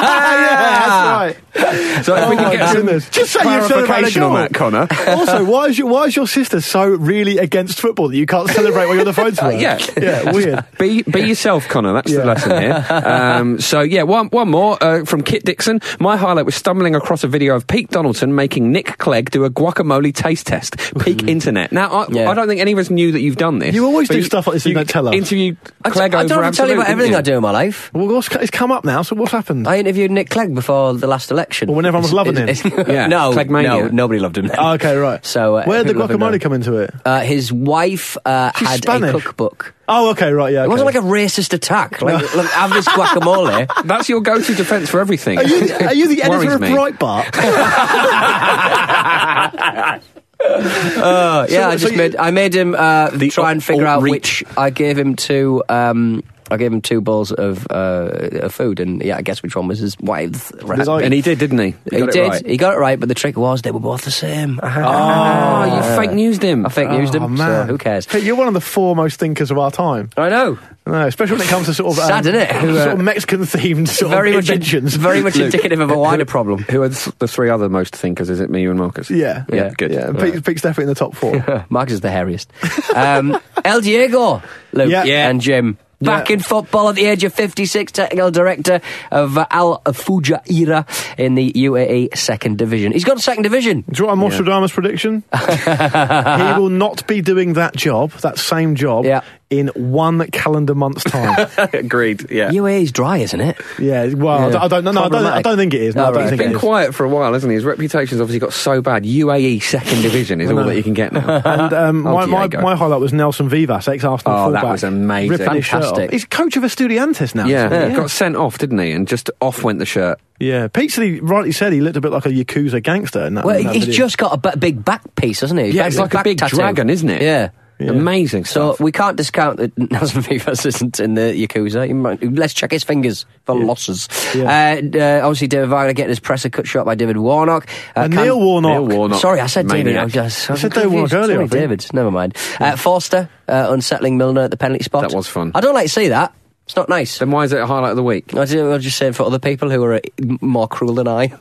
[SPEAKER 2] that's right.
[SPEAKER 3] So if we
[SPEAKER 2] Oh,
[SPEAKER 3] can
[SPEAKER 2] my
[SPEAKER 3] get some
[SPEAKER 2] goodness. Just say you're
[SPEAKER 3] clarification
[SPEAKER 2] celebrating a
[SPEAKER 3] on
[SPEAKER 2] goal.
[SPEAKER 3] that, [LAUGHS] Connor.
[SPEAKER 2] also, why is, your, why is your sister so really against football that you can't celebrate while you're on the phone to her?
[SPEAKER 3] yeah.
[SPEAKER 2] Yeah, weird.
[SPEAKER 3] Be, be yourself, Connor. That's the
[SPEAKER 2] Yeah. [LAUGHS]
[SPEAKER 3] lesson here. Um, so, yeah, one, one more uh, from Kit Dixon. My highlight was stumbling across a video of Pete Donaldson making Nick Clegg do a guacamole taste test.
[SPEAKER 2] [LAUGHS]
[SPEAKER 3] Peak internet. Now, I,
[SPEAKER 1] Yeah.
[SPEAKER 3] I don't think any of us knew that you've done this.
[SPEAKER 2] You always
[SPEAKER 3] but
[SPEAKER 2] do stuff like this and
[SPEAKER 3] you
[SPEAKER 2] don't tell us.
[SPEAKER 3] Interviewed
[SPEAKER 1] I,
[SPEAKER 3] Clegg
[SPEAKER 1] I don't
[SPEAKER 3] over
[SPEAKER 1] ever tell you about
[SPEAKER 3] Absolute,
[SPEAKER 1] everything
[SPEAKER 3] didn't
[SPEAKER 1] I do in my life.
[SPEAKER 2] Well, what's, it's come up now, so what's happened?
[SPEAKER 1] I interviewed Nick Clegg before the last election.
[SPEAKER 2] Well, when everyone was loving
[SPEAKER 1] It's-
[SPEAKER 2] him.
[SPEAKER 1] it's-
[SPEAKER 3] Yeah,
[SPEAKER 1] no,
[SPEAKER 3] Cleggmania.
[SPEAKER 1] no, nobody loved him. Then. [LAUGHS]
[SPEAKER 2] Oh, okay, right.
[SPEAKER 1] So uh,
[SPEAKER 2] where did the
[SPEAKER 1] people love him now.
[SPEAKER 2] guacamole come into it?
[SPEAKER 1] Uh, his wife uh,
[SPEAKER 2] She's
[SPEAKER 1] had
[SPEAKER 2] Spanish.
[SPEAKER 1] a cookbook.
[SPEAKER 2] Oh, okay, right, yeah.
[SPEAKER 1] It wasn't
[SPEAKER 2] okay.
[SPEAKER 1] like a racist attack. Like, look, have this
[SPEAKER 3] [LAUGHS]
[SPEAKER 1] guacamole.
[SPEAKER 3] That's your go-to defence for everything.
[SPEAKER 2] Are you, [LAUGHS] are you
[SPEAKER 1] [LAUGHS]
[SPEAKER 3] [LAUGHS]
[SPEAKER 2] the
[SPEAKER 3] It worries
[SPEAKER 2] editor of
[SPEAKER 3] me.
[SPEAKER 2] Breitbart?
[SPEAKER 1] Uh, yeah, I
[SPEAKER 2] so
[SPEAKER 1] just
[SPEAKER 2] you-
[SPEAKER 1] made I made him uh,
[SPEAKER 3] The
[SPEAKER 1] try and figure
[SPEAKER 3] alt-
[SPEAKER 1] out
[SPEAKER 3] outreach.
[SPEAKER 1] which I gave him two. Um, I gave him two bowls of, uh, of food, and yeah, I guess which one was his wife's.
[SPEAKER 2] Was I-
[SPEAKER 3] And he did, didn't he?
[SPEAKER 1] He,
[SPEAKER 3] got it
[SPEAKER 1] did.
[SPEAKER 3] right.
[SPEAKER 1] He got it right, but the trick was they were both the same. Ah.
[SPEAKER 3] Oh, you fake newsed him. Oh,
[SPEAKER 1] I fake newsed him. So who cares?
[SPEAKER 2] Oh, Hey, you're one of the foremost thinkers of our time.
[SPEAKER 1] I know.
[SPEAKER 2] No, especially when it comes to sort of um,
[SPEAKER 1] Sad, innit?
[SPEAKER 2] Sort of Mexican themed sort
[SPEAKER 1] uh, Very
[SPEAKER 2] of
[SPEAKER 1] much,
[SPEAKER 2] inventions.
[SPEAKER 1] very
[SPEAKER 3] [LAUGHS]
[SPEAKER 1] much indicative of a wider problem.
[SPEAKER 3] Who are th- the three other most thinkers? Is it me, you, and Marcus?
[SPEAKER 2] [LAUGHS] Yeah,
[SPEAKER 3] Yeah, good.
[SPEAKER 2] Yeah,
[SPEAKER 3] Right. [LAUGHS]
[SPEAKER 2] Pete, Pete's definitely in the
[SPEAKER 1] [LAUGHS]
[SPEAKER 2] top four.
[SPEAKER 1] Marcus is the hairiest. Um, [LAUGHS] El Diego, Luke,
[SPEAKER 2] Yeah. Yeah.
[SPEAKER 1] and Jim. Back
[SPEAKER 2] Yeah.
[SPEAKER 1] in football at the age of 56, technical director of uh, Al Fujairah in the UAE second division. He's gone second division.
[SPEAKER 2] Do you want a
[SPEAKER 1] [LAUGHS]
[SPEAKER 2] Nostradamus prediction? he will not be doing that job, that same job,
[SPEAKER 1] Yeah.
[SPEAKER 2] in one calendar
[SPEAKER 1] [LAUGHS]
[SPEAKER 2] month's time.
[SPEAKER 3] Agreed. Yeah.
[SPEAKER 1] UAE's E dry, isn't it?
[SPEAKER 2] yeah, well, I don't- I don't know. No, I don't, I don't think it is. No, I
[SPEAKER 1] All
[SPEAKER 2] don't
[SPEAKER 1] right.
[SPEAKER 2] think
[SPEAKER 3] Been
[SPEAKER 2] it is.
[SPEAKER 3] quiet for a while, hasn't he? His reputation's obviously got so bad. UAE second division is all that you can get
[SPEAKER 2] [LAUGHS]
[SPEAKER 3] now.
[SPEAKER 1] [LAUGHS]
[SPEAKER 2] And um,
[SPEAKER 3] Oh,
[SPEAKER 2] my, my,
[SPEAKER 3] Diego.
[SPEAKER 2] my highlight was Nelson Vivas, ex Arsenal
[SPEAKER 3] Oh, that
[SPEAKER 2] fullback.
[SPEAKER 3] was amazing.
[SPEAKER 2] ripping his shirt off.
[SPEAKER 1] Fantastic.
[SPEAKER 2] He's coach of Estudiantes now.
[SPEAKER 3] yeah,
[SPEAKER 2] isn't he?
[SPEAKER 3] got sent off, didn't he? And just off went the shirt.
[SPEAKER 2] yeah. Pete said he rightly said he looked a bit like a yakuza gangster. In that,
[SPEAKER 1] Well,
[SPEAKER 2] in that
[SPEAKER 1] he's
[SPEAKER 2] video.
[SPEAKER 1] just got a b- big back piece, hasn't he?
[SPEAKER 3] Yeah,
[SPEAKER 1] Back-
[SPEAKER 3] it's like a
[SPEAKER 1] back
[SPEAKER 3] big
[SPEAKER 1] tattoo.
[SPEAKER 3] dragon, isn't it?
[SPEAKER 1] Yeah.
[SPEAKER 3] Amazing
[SPEAKER 1] So
[SPEAKER 3] stuff.
[SPEAKER 1] we can't discount that [LAUGHS] Nelson Vivas isn't in the Yakuza. He might- Let's check his fingers for losses.
[SPEAKER 2] Yeah.
[SPEAKER 1] Uh, d- uh, obviously, David Wagner getting his presser cut short by David Warnock. Uh,
[SPEAKER 2] And
[SPEAKER 1] Cam-
[SPEAKER 2] Neil Warnock.
[SPEAKER 3] Neil Warnock.
[SPEAKER 1] Sorry, I said David. I
[SPEAKER 3] Maniac.
[SPEAKER 1] was just, I
[SPEAKER 2] You
[SPEAKER 1] was
[SPEAKER 2] said David Warnock
[SPEAKER 1] confused. Sorry,
[SPEAKER 2] earlier, I think.
[SPEAKER 1] David. Never mind. Uh, Forster uh, unsettling Milner at the penalty spot.
[SPEAKER 3] That was fun.
[SPEAKER 1] I don't like to see that. It's not nice.
[SPEAKER 3] Then why is it a highlight of the week?
[SPEAKER 1] I ju- I was just saying for other people who are uh, m- more cruel than
[SPEAKER 2] [LAUGHS]
[SPEAKER 1] I.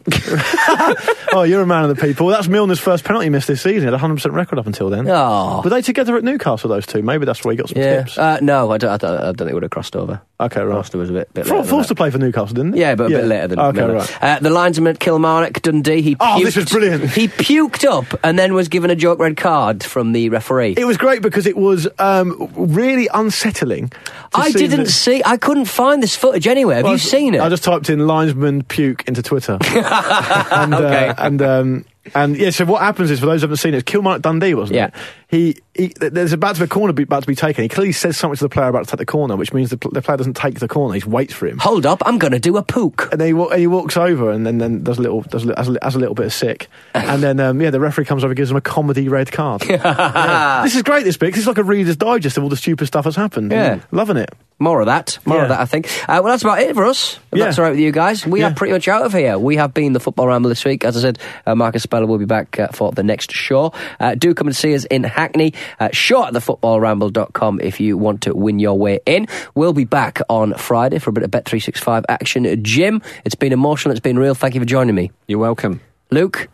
[SPEAKER 2] oh, you're a man of the people. That's Milner's first penalty miss this season. He had a 100% record up until then.
[SPEAKER 1] Oh.
[SPEAKER 2] Were they together at Newcastle, those two? Maybe that's where he got some
[SPEAKER 1] Yeah.
[SPEAKER 2] tips.
[SPEAKER 1] Uh, no, I don't, I, don't, I don't think it would have crossed over.
[SPEAKER 2] okay, right.
[SPEAKER 1] Forster was a bit. bit
[SPEAKER 2] For,
[SPEAKER 1] later than
[SPEAKER 2] forced
[SPEAKER 1] that.
[SPEAKER 2] to play for Newcastle, didn't he?
[SPEAKER 1] Yeah, but a bit later than
[SPEAKER 2] Okay,
[SPEAKER 1] Miller.
[SPEAKER 2] right.
[SPEAKER 1] Uh, the linesman at Kilmarnock, Dundee. He
[SPEAKER 2] Oh,
[SPEAKER 1] puked,
[SPEAKER 2] this was brilliant.
[SPEAKER 1] He puked up and then was given a joke red card from the referee.
[SPEAKER 2] It was great because it was um, really unsettling. to
[SPEAKER 1] I
[SPEAKER 2] see
[SPEAKER 1] didn't
[SPEAKER 2] that-
[SPEAKER 1] see. I couldn't find this footage anywhere. Have
[SPEAKER 2] Well, I
[SPEAKER 1] you
[SPEAKER 2] just-
[SPEAKER 1] seen it?
[SPEAKER 2] I just typed in linesman puke into
[SPEAKER 1] [LAUGHS]
[SPEAKER 2] Twitter. and,
[SPEAKER 1] Okay.
[SPEAKER 2] Uh, and, um, and yeah, so what happens is, for those who haven't seen it, it's Kilmarnock Dundee, wasn't
[SPEAKER 1] Yeah.
[SPEAKER 2] it? He, he, th- there's about to be a corner be, about to be taken. He clearly says something to the player about to take the corner, which means the, pl- the player doesn't take the corner. He waits for him.
[SPEAKER 1] Hold up! I'm going to do a puke.
[SPEAKER 2] And then he, wa- and he walks over and then, then does a little does a, li- has a, li- has a little bit of sick, and then um, yeah, the referee comes over and gives him a comedy
[SPEAKER 1] [LAUGHS]
[SPEAKER 2] red card. Yeah. This is great. This bit 'cause it's like a Reader's Digest of all the stupid stuff that's happened.
[SPEAKER 1] Yeah.
[SPEAKER 2] Mm, loving it.
[SPEAKER 1] More of that. More of
[SPEAKER 2] Yeah.
[SPEAKER 1] that, I think. Uh, well, that's about it for us. If
[SPEAKER 2] Yeah.
[SPEAKER 1] That's all right with you guys. We are
[SPEAKER 2] Yeah.
[SPEAKER 1] pretty much out of here. We have been the Football Ramble this week. As I said, uh, Marcus Speller will be back uh, for the next show. Uh, do come and see us in Hackney. Uh, short at thefootballramble.com if you want to win your way in. We'll be back on Friday for a bit of Bet365 action. Jim, it's been emotional. It's been real. Thank you for joining me.
[SPEAKER 3] You're welcome.
[SPEAKER 1] Luke,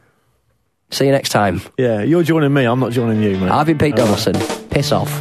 [SPEAKER 1] see you next time.
[SPEAKER 2] Yeah, you're joining me. I'm not joining you, mate.
[SPEAKER 1] I've been Pete Donaldson. Piss off.